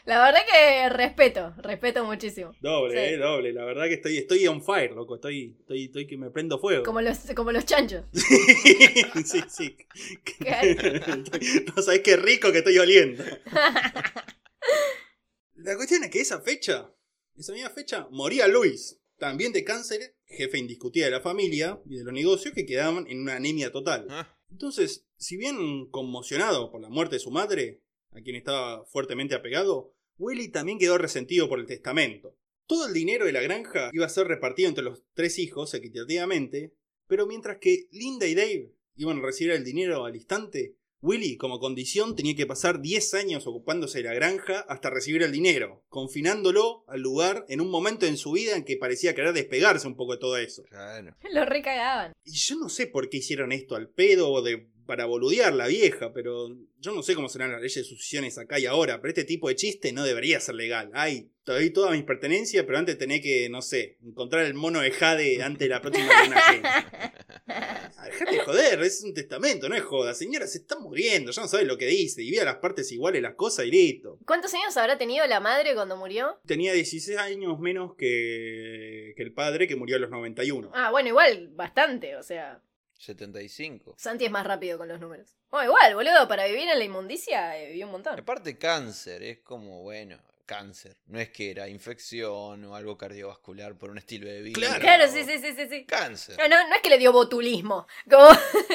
S4: La verdad que respeto, respeto muchísimo.
S2: Doble,
S4: Sí.
S2: eh, doble. La verdad que estoy, estoy on fire, loco. Estoy, estoy, estoy que me prendo fuego.
S4: Como los, como los chanchos.
S2: sí, sí.
S4: ¿Qué?
S2: no sabés qué rico que estoy oliendo. La cuestión es que esa fecha, esa misma fecha, moría Luis, también de cáncer, jefe indiscutida de la familia y de los negocios que quedaban en una anemia total.
S3: Ah,
S2: Entonces, si bien conmocionado por la muerte de su madre, a quien estaba fuertemente apegado, Willy también quedó resentido por el testamento. Todo el dinero de la granja iba a ser repartido entre los tres hijos equitativamente, pero mientras que Linda y Dave iban a recibir el dinero al instante, Willy, como condición, tenía que pasar 10 años ocupándose de la granja hasta recibir el dinero, confinándolo al lugar en un momento en su vida en que parecía querer despegarse un poco de todo eso.
S3: claro.
S4: Lo recagaban.
S2: Y yo no sé por qué hicieron esto al pedo o de para boludear la vieja, pero yo no sé cómo serán las leyes de sucesiones acá y ahora, pero este tipo de chiste no debería ser legal. Ay, te doy todas mis pertenencias, pero antes tenés que, no sé, encontrar el mono de Jade antes de la próxima luna llena. Ah, Dejate de joder, es un testamento, no es joda. Señora, se está muriendo, ya no sabes lo que dice. Divida las partes iguales las cosas y listo.
S4: ¿Cuántos años habrá tenido la madre cuando murió?
S2: Tenía 16 años menos que, que el padre que murió a los 91.
S4: Ah, bueno, igual, bastante, o sea.
S3: 75.
S4: Santi es más rápido con los números. Bueno, igual, boludo, para vivir en la inmundicia eh, vivió un montón.
S3: Aparte cáncer, es como, bueno, cáncer. No es que era infección o algo cardiovascular por un estilo de vida.
S2: Claro.
S4: Claro, sí, sí, sí, sí, sí.
S3: Cáncer.
S4: No, no, no es que le dio botulismo. Como...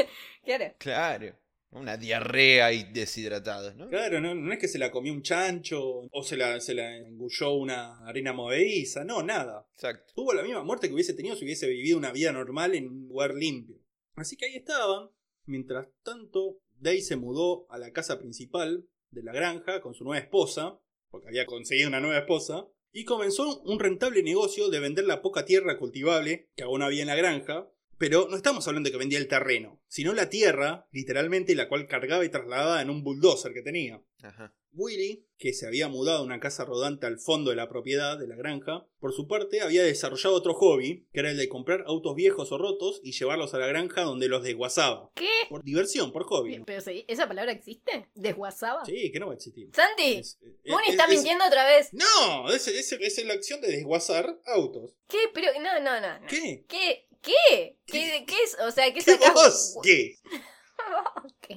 S4: claro.
S3: Claro. Una diarrea y deshidratados, ¿no?
S2: Claro, no, no es que se la comió un chancho o se la, se la engulló una arena movediza, no, nada.
S3: Exacto.
S2: Tuvo la misma muerte que hubiese tenido si hubiese vivido una vida normal en un lugar limpio. Así que ahí estaban. Mientras tanto, Day se mudó a la casa principal de la granja con su nueva esposa, porque había conseguido una nueva esposa, y comenzó un rentable negocio de vender la poca tierra cultivable que aún había en la granja. Pero no estamos hablando de que vendía el terreno, sino la tierra, literalmente, la cual cargaba y trasladaba en un bulldozer que tenía.
S3: Ajá.
S2: Willy, que se había mudado a una casa rodante al fondo de la propiedad de la granja, por su parte había desarrollado otro hobby, que era el de comprar autos viejos o rotos y llevarlos a la granja donde los desguazaba.
S4: ¿Qué?
S2: Por diversión, por hobby. Ah.
S4: Pero sí, ¿esa palabra existe? ¿Desguazaba?
S2: Sí, que no va a existir.
S4: Santi,
S2: Es- es-
S4: Moni
S2: es-
S4: está
S2: es-
S4: mintiendo otra vez.
S2: No, es, es- es la acción de desguazar autos.
S4: ¿Qué? Pero, no, no, no. no.
S2: ¿Qué?
S4: ¿Qué? ¿Qué? ¿Qué, qué es? O sea, ¿qué
S2: ¿Qué
S4: sacas-
S2: vos? ¿Qué?
S4: ¿Qué?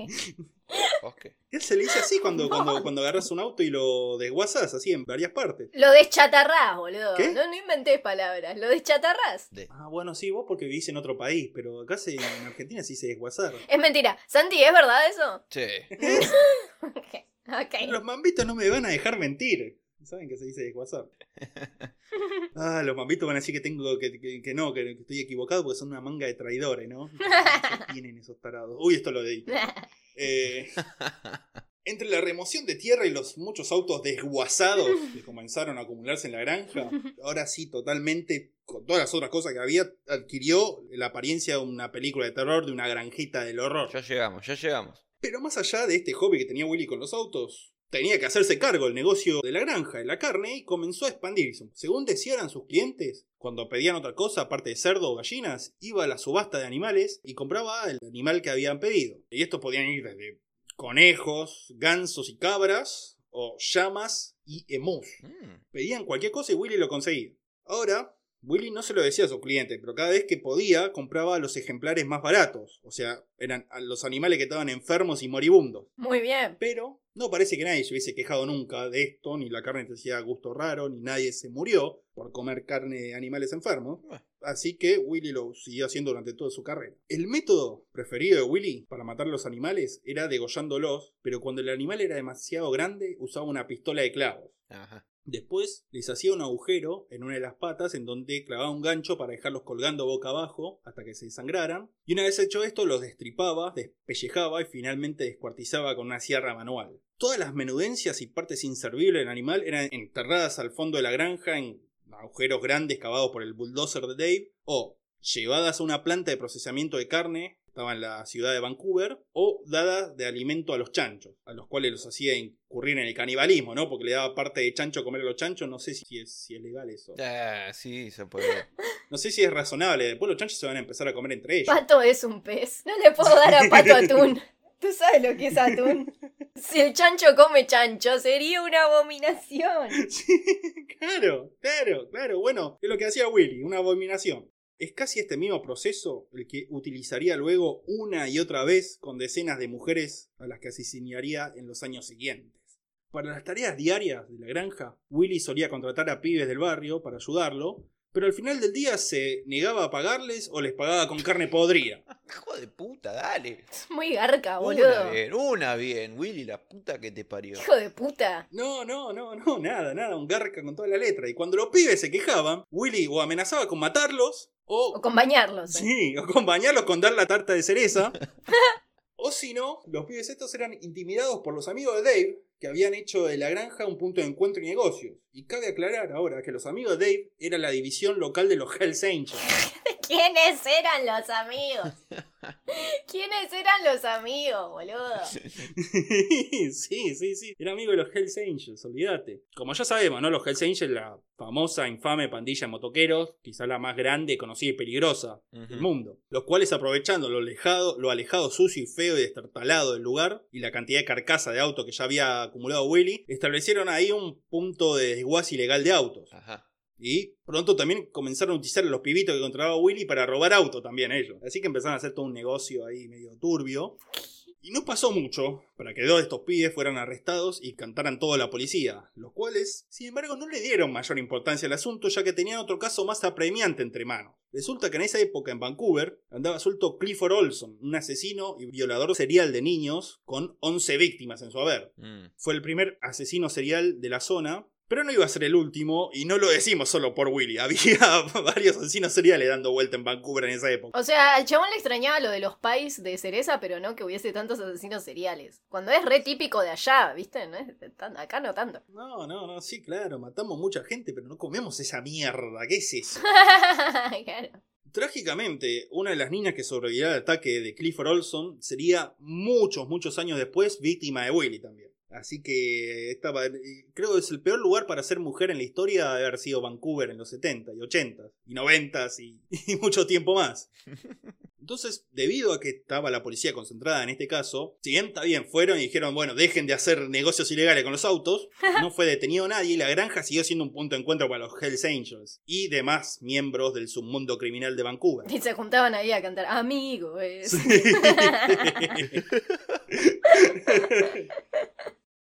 S3: ¿Vos qué?
S2: Él se le dice así cuando, cuando, cuando agarras un auto y lo desguazas, así en varias partes.
S4: Lo deschatarrás, boludo.
S2: ¿Qué?
S4: No, no inventes palabras. Lo deschatarrás.
S3: De-
S2: Ah, bueno, sí, vos porque vivís en otro país, pero acá se- en Argentina sí se desguazar.
S4: Es mentira. Santi, ¿es verdad eso?
S3: Che.
S4: Ok.
S2: Los mambitos no me van a dejar mentir. Saben que se dice desguazar. Ah, los mambitos van a decir que tengo que, que- que no, que, que estoy equivocado porque son una manga de traidores, ¿no? ¿Qué tienen esos tarados? Uy, esto lo de eh, Entre la remoción de tierra y los muchos autos desguazados que comenzaron a acumularse en la granja, ahora sí, totalmente, con todas las otras cosas que había, adquirió la apariencia de una película de terror, de una granjita del horror.
S3: Ya llegamos, ya llegamos.
S2: Pero más allá de este hobby que tenía Willy con los autos, tenía que hacerse cargo del negocio de la granja, de la carne, y comenzó a expandirse. Según decían sus clientes, cuando pedían otra cosa, aparte de cerdo o gallinas, iba a la subasta de animales y compraba el animal que habían pedido. Y estos podían ir desde conejos, gansos y cabras, o llamas y emus.
S3: Mm.
S2: Pedían cualquier cosa y Willy lo conseguía. Ahora, Willy no se lo decía a sus clientes, pero cada vez que podía compraba los ejemplares más baratos. O sea, eran a los animales que estaban enfermos y moribundos.
S4: Muy bien.
S2: Pero no parece que nadie se hubiese quejado nunca de esto, ni la carne te hacía gusto raro, ni nadie se murió por comer carne de animales enfermos.
S3: Bueno.
S2: Así que Willy lo siguió haciendo durante toda su carrera. El método preferido de Willy para matar los animales era degollándolos, pero cuando el animal era demasiado grande usaba una pistola de clavos.
S3: Ajá.
S2: Después les hacía un agujero en una de las patas en donde clavaba un gancho para dejarlos colgando boca abajo hasta que se desangraran. Y una vez hecho esto, los destripaba, despellejaba y finalmente descuartizaba con una sierra manual. Todas las menudencias y partes inservibles del animal eran enterradas al fondo de la granja en agujeros grandes cavados por el bulldozer de Dave o llevadas a una planta de procesamiento de carne, estaba en la ciudad de Vancouver, o dadas de alimento a los chanchos, a los cuales los hacía incurrir en el canibalismo, ¿no? Porque le daba parte de chancho a comer a los chanchos, no sé si es, si es legal eso.
S3: Ah, sí, se puede.
S2: No sé si es razonable, después los chanchos se van a empezar a comer entre ellos.
S4: Pato es un pez. No le puedo dar a Pato atún. ¿Tú sabes lo que es atún? Si el chancho come chancho, sería una abominación.
S2: Sí, claro, claro, claro. Bueno, es lo que hacía Willy, una abominación. Es casi este mismo proceso el que utilizaría luego una y otra vez con decenas de mujeres a las que asesinaría en los años siguientes. Para las tareas diarias de la granja, Willy solía contratar a pibes del barrio para ayudarlo, pero al final del día se negaba a pagarles o les pagaba con carne podrida.
S3: Hijo de puta, dale.
S4: Es muy
S3: Una
S4: garca, Ah, boludo.
S3: bien, una bien, Willy, la puta que te parió.
S4: Hijo de puta.
S2: No, no, no, no, nada, nada, un garca con toda la letra. Y cuando los pibes se quejaban, Willy o amenazaba con matarlos, o
S4: O compañarlos.
S2: Sí, o con bañarlos con dar la tarta de cereza. o si no, los pibes estos eran intimidados por los amigos de Dave, que habían hecho de la granja un punto de encuentro y negocios. Y cabe aclarar ahora que los amigos de Dave era la división local de los Hells Angels.
S4: ¿Quiénes eran los amigos? ¿Quiénes eran los amigos, boludo?
S2: sí, sí, sí. Era amigo de los Hells Angels, olvídate. Como ya sabemos, ¿no? Los Hells Angels, la famosa, infame pandilla de motoqueros, quizá la más grande, conocida y peligrosa del
S3: Ujú.
S2: mundo, los cuales aprovechando lo alejado, lo alejado, sucio y feo y destartalado del lugar y la cantidad de carcasa de auto que ya había acumulado Willy, establecieron ahí un punto de desguace ilegal de autos.
S3: Ajá.
S2: Y pronto también comenzaron a utilizar a los pibitos que controlaba Willy para robar auto también ellos. Así que empezaron a hacer todo un negocio ahí medio turbio. Y no pasó mucho para que dos de estos pibes fueran arrestados y cantaran todo a la policía, los cuales, sin embargo, no le dieron mayor importancia al asunto ya que tenían otro caso más apremiante entre manos. Resulta que en esa época en Vancouver andaba suelto Clifford Olson, un asesino y violador serial de niños con 11 víctimas en su haber
S3: Mm.
S2: fue el primer asesino serial de la zona. Pero no iba a ser el último, y no lo decimos solo por Willy. Había varios asesinos seriales dando vuelta en Vancouver en esa época.
S4: O sea, al chabón le extrañaba lo de los pais de cereza, pero no que hubiese tantos asesinos seriales. Cuando es re típico de allá, ¿viste? No es de tan- acá no tanto.
S2: No, no, no, sí, claro, matamos mucha gente, pero no comemos esa mierda. ¿Qué es eso?
S4: claro.
S2: Trágicamente, una de las niñas que sobrevivirá al ataque de Clifford Olson sería muchos, muchos años después víctima de Willy también. Así que estaba, creo que es el peor lugar para ser mujer en la historia de haber sido Vancouver en los 70 y 80 y 90 y, y mucho tiempo más. Entonces, debido a que estaba la policía concentrada en este caso, si bien está bien, fueron y dijeron, bueno, dejen de hacer negocios ilegales con los autos, no fue detenido nadie y la granja siguió siendo un punto de encuentro para los Hells Angels y demás miembros del submundo criminal de Vancouver.
S4: Y se juntaban ahí a cantar, amigo, es.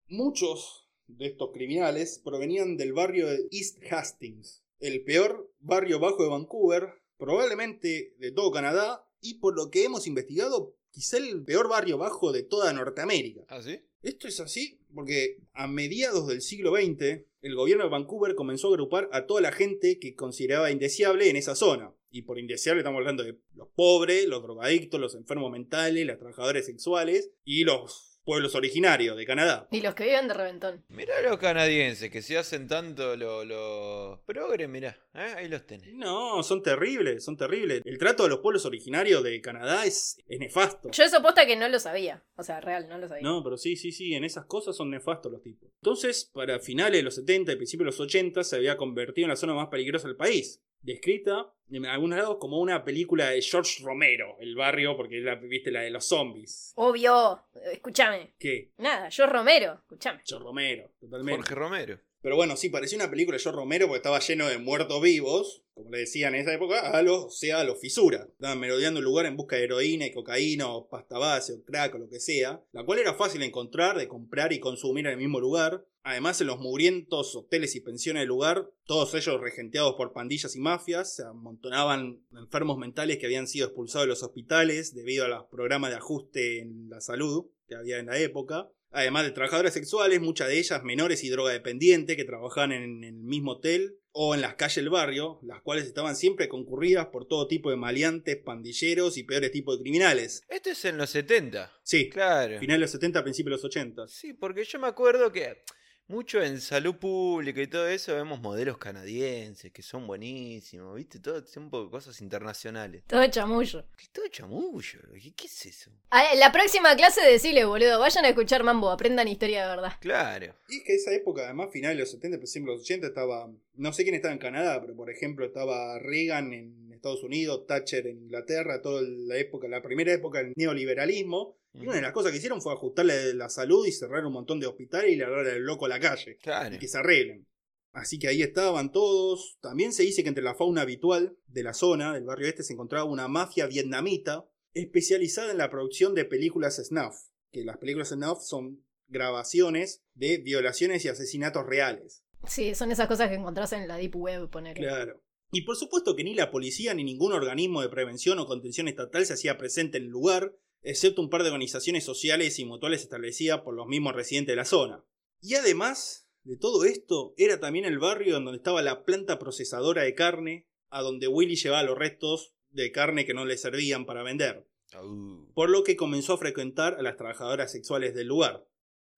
S2: Muchos de estos criminales provenían del barrio de East Hastings, el peor barrio bajo de Vancouver, probablemente de todo Canadá, y por lo que hemos investigado, quizá el peor barrio bajo de toda Norteamérica.
S3: ¿Ah, sí?
S2: Esto es así porque a mediados del siglo XX el gobierno de Vancouver comenzó a agrupar a toda la gente que consideraba indeseable en esa zona. Y por indeseable estamos hablando de los pobres, los drogadictos, los enfermos mentales, los trabajadores sexuales y los pueblos originarios de Canadá.
S4: Y los que viven de reventón.
S3: Mirá los canadienses que se hacen tanto los lo... progre, mirá, ¿eh? ahí los tenés.
S2: No, son terribles, son terribles. El trato de los pueblos originarios de Canadá es, es nefasto.
S4: Yo eso posta que no lo sabía. O sea, real, no lo sabía.
S2: No, pero sí, sí, sí, en esas cosas son nefastos los tipos. Entonces, para finales de los 70 y principios de los 80 se había convertido en la zona más peligrosa del país. Descrita en algunos lados como una película de George Romero, el barrio, porque la, viste la de los zombies.
S4: Obvio. Escúchame.
S2: ¿Qué?
S4: Nada, yo Romero. Escúchame.
S2: George Romero, totalmente.
S3: Jorge Romero.
S2: Pero bueno, sí, parecía una película de George Romero porque estaba lleno de muertos vivos, como le decían en esa época, a los, o sea, a los fisuras. Estaban merodeando un lugar en busca de heroína y cocaína o pasta base o crack o lo que sea, la cual era fácil de encontrar, de comprar y consumir en el mismo lugar. Además, en los mugrientos hoteles y pensiones del lugar, todos ellos regenteados por pandillas y mafias, se amontonaban enfermos mentales que habían sido expulsados de los hospitales debido a los programas de ajuste en la salud que había en la época. Además de trabajadoras sexuales, muchas de ellas menores y drogadependientes que trabajaban en el mismo hotel o en las calles del barrio, las cuales estaban siempre concurridas por todo tipo de maleantes, pandilleros y peores tipos de criminales.
S3: Esto Este es en los 70.
S2: Sí,
S3: Claro.
S2: finales de los 70, principios de los 80.
S3: Sí, porque yo me acuerdo que mucho en salud pública y todo eso vemos modelos canadienses que son buenísimos, ¿viste? Todo tiempo cosas internacionales.
S4: Todo chamullo.
S3: Que todo chamullo, ¿qué qué es eso?
S4: A la próxima clase decile, boludo. Vayan a escuchar Mambo. Aprendan historia de verdad.
S3: Claro.
S2: Y es que esa época, además, finales de los 70, principios de los 80, estaba. No sé quién estaba en Canadá, pero por ejemplo, estaba Reagan en Estados Unidos, Thatcher en Inglaterra, toda la época, la primera época del neoliberalismo. Y una de las cosas que hicieron fue ajustarle la salud y cerrar un montón de hospitales y largar al loco a la calle.
S3: Claro.
S2: Y que se arreglen. Así que ahí estaban todos. También se dice que entre la fauna habitual de la zona, del barrio este, se encontraba una mafia vietnamita especializada en la producción de películas snuff. Que las películas snuff son grabaciones de violaciones y asesinatos reales.
S4: Sí, son esas cosas que encontrás en la Deep Web, ponerle.
S2: Claro. Y por supuesto que ni la policía ni ningún organismo de prevención o contención estatal se hacía presente en el lugar, excepto un par de organizaciones sociales y mutuales establecidas por los mismos residentes de la zona. Y además de todo esto, era también el barrio en donde estaba la planta procesadora de carne, a donde Willy llevaba los restos de carne que no le servían para vender,
S3: Au.
S2: por lo que comenzó a frecuentar a las trabajadoras sexuales del lugar.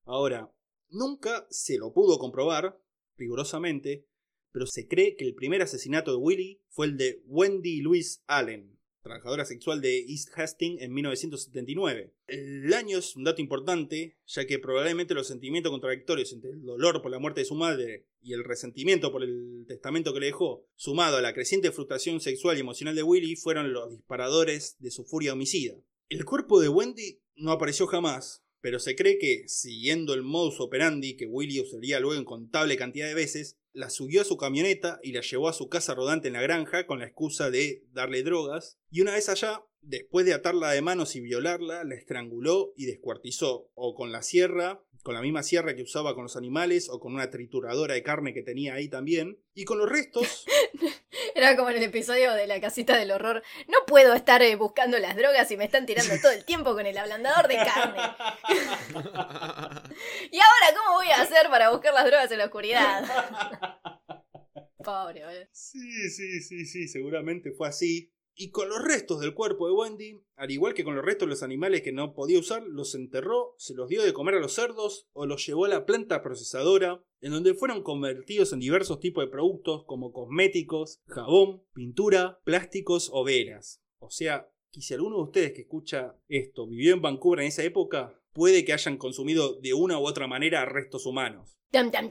S2: Ahora, nunca se lo pudo comprobar, rigurosamente, pero se cree que el primer asesinato de Willy fue el de Wendy Louise Allen, trabajadora sexual de East Hastings en 1979. El año es un dato importante, ya que probablemente los sentimientos contradictorios entre el dolor por la muerte de su madre y el resentimiento por el testamento que le dejó, sumado a la creciente frustración sexual y emocional de Willy, fueron los disparadores de su furia homicida. El cuerpo de Wendy no apareció jamás, pero se cree que, siguiendo el modus operandi que Willy usaría luego incontable cantidad de veces, la subió a su camioneta y la llevó a su casa rodante en la granja con la excusa de darle drogas, y una vez allá, después de atarla de manos y violarla, la estranguló y descuartizó, o con la sierra, con la misma sierra que usaba con los animales, o con una trituradora de carne que tenía ahí también, y con los restos
S4: Era como en el episodio de la casita del horror. No puedo estar eh, buscando las drogas y me están tirando todo el tiempo con el ablandador de carne. ¿Y ahora cómo voy a hacer para buscar las drogas en la oscuridad? Pobre, boludo.
S2: Sí, sí, sí, sí, seguramente fue así. Y con los restos del cuerpo de Wendy, al igual que con los restos de los animales que no podía usar, los enterró, se los dio de comer a los cerdos o los llevó a la planta procesadora, en donde fueron convertidos en diversos tipos de productos como cosméticos, jabón, pintura, plásticos o velas. O sea, que si alguno de ustedes que escucha esto vivió en Vancouver en esa época, puede que hayan consumido de una u otra manera restos humanos.
S4: Dam, dam,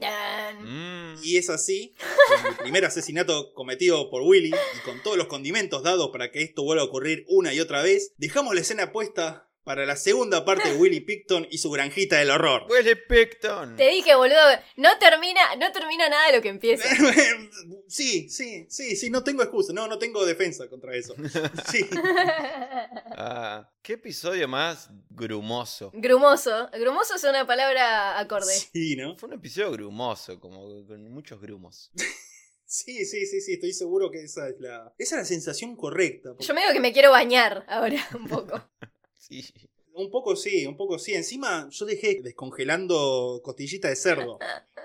S3: Mm.
S4: dam.
S2: Y es así, con el primer asesinato cometido por Willy y con todos los condimentos dados para que esto vuelva a ocurrir una y otra vez, dejamos la escena puesta para la segunda parte de Willy Picton y su granjita del horror.
S3: Huele Pecton.
S4: Te dije, boludo, no termina, no termina nada de lo que empieza.
S2: Sí, sí, sí, sí, no tengo excusa, no, no tengo defensa contra eso. Sí,
S3: Ah, qué episodio más grumoso.
S4: Grumoso. Grumoso es una palabra acorde.
S2: sí, ¿no?
S3: Fue un episodio grumoso, como con muchos grumos.
S2: Sí, sí, sí, sí, estoy seguro que esa es la, esa es la sensación correcta. porque-
S4: Yo me digo que me quiero bañar ahora un poco.
S3: Sí.
S2: Un poco sí, un poco sí. Encima yo dejé descongelando costillita de cerdo.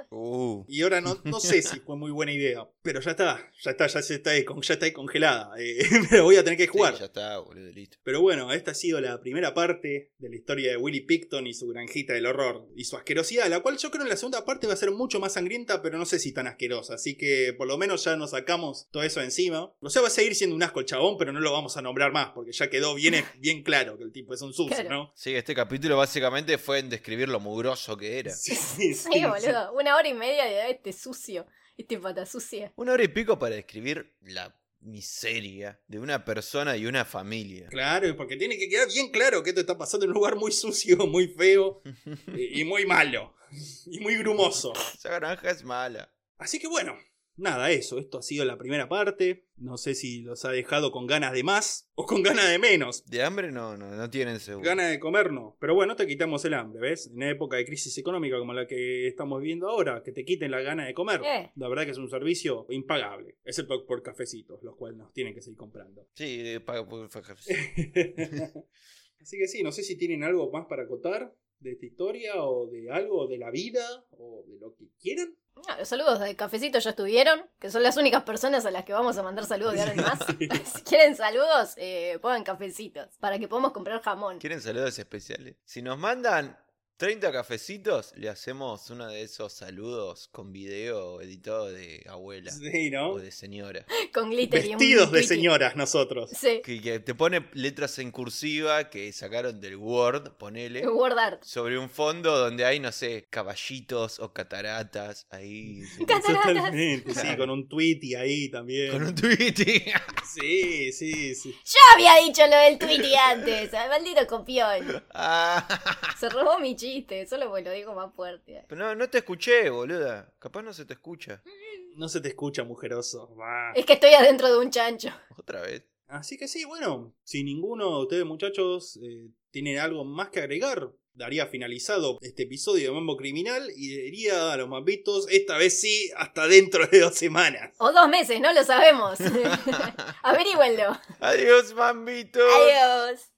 S3: Uh.
S2: Y ahora no, no sé si fue muy buena idea. Pero ya está, ya está, ya se está, ahí con- ya está ahí congelada. Eh, me la voy a tener que
S3: Sí,
S2: jugar.
S3: ya está, boludo, listo.
S2: Pero bueno, esta ha sido la primera parte de la historia de Willy Picton y su granjita del horror y su asquerosidad, la cual yo creo en la segunda parte va a ser mucho más sangrienta, pero no sé si tan asquerosa. Así que por lo menos ya nos sacamos todo eso de encima. O sea, va a seguir siendo un asco el chabón, pero no lo vamos a nombrar más, porque ya quedó bien, bien claro que el tipo es un sucio,
S4: Claro.
S2: ¿no?
S3: Sí, este capítulo básicamente fue en describir lo mugroso que era.
S2: Sí, sí,
S4: Sí, boludo. Una hora y media de este sucio. Este pata sucia.
S3: Una hora y pico para describir la miseria de una persona y una familia.
S2: Claro, y porque tiene que quedar bien claro que esto está pasando en un lugar muy sucio, muy feo y, y muy malo. Y muy grumoso.
S3: Esa granja es mala.
S2: Así que bueno, nada, eso. Esto ha sido la primera parte. No sé si los ha dejado con ganas de más o con ganas de menos.
S3: De hambre no, no, no tienen seguro.
S2: Ganas de comer no. Pero bueno, no te quitamos el hambre, ¿ves? En una época de crisis económica como la que estamos viviendo ahora, que te quiten la gana de comer.
S4: Eh.
S2: La verdad que es un servicio impagable. Excepto por cafecitos, los cuales nos tienen que seguir comprando.
S3: Sí, de pues, pago por café.
S2: Así que sí, no sé si tienen algo más para acotar de esta historia o de algo de la vida o de lo que quieran.
S4: No, los saludos de cafecito ya estuvieron, que son las únicas personas a las que vamos a mandar saludos de ahora en más. si quieren saludos, eh, pongan cafecitos para que podamos comprar jamón.
S3: ¿Quieren saludos especiales? Si nos mandan 30 cafecitos, le hacemos uno de esos saludos con video editado de abuela
S2: Sí, ¿no?
S3: o de señora.
S4: Con glitter y un
S2: Vestidos de
S4: clicky.
S2: señoras nosotros.
S4: Sí,
S3: Que, que te pone letras en cursiva que sacaron del Word, ponele.
S4: Word Art.
S3: Sobre un fondo donde hay, no sé, caballitos o cataratas. Ahí.
S2: Totalmente, sí, con un tweet y ahí también.
S3: Con un tweet.
S2: Sí, sí, sí.
S4: Yo había dicho lo del Tweety antes, ah, maldito copión.
S3: Ah,
S4: Se robó mi chiste, solo porque lo digo más fuerte.
S3: pero no, no te escuché, boluda. Capaz no se te escucha.
S2: Mm. No se te escucha, mujeroso. Va.
S4: Es que estoy adentro de un chancho.
S3: Otra vez.
S2: Así que sí, bueno, si ninguno de ustedes muchachos eh, tiene algo más que agregar, daría finalizado este episodio de Mambo Criminal y diría a los mambitos, esta vez sí, hasta dentro de dos semanas.
S4: O dos meses, no lo sabemos. Averígüenlo.
S3: Adiós, mambito.
S4: Adiós.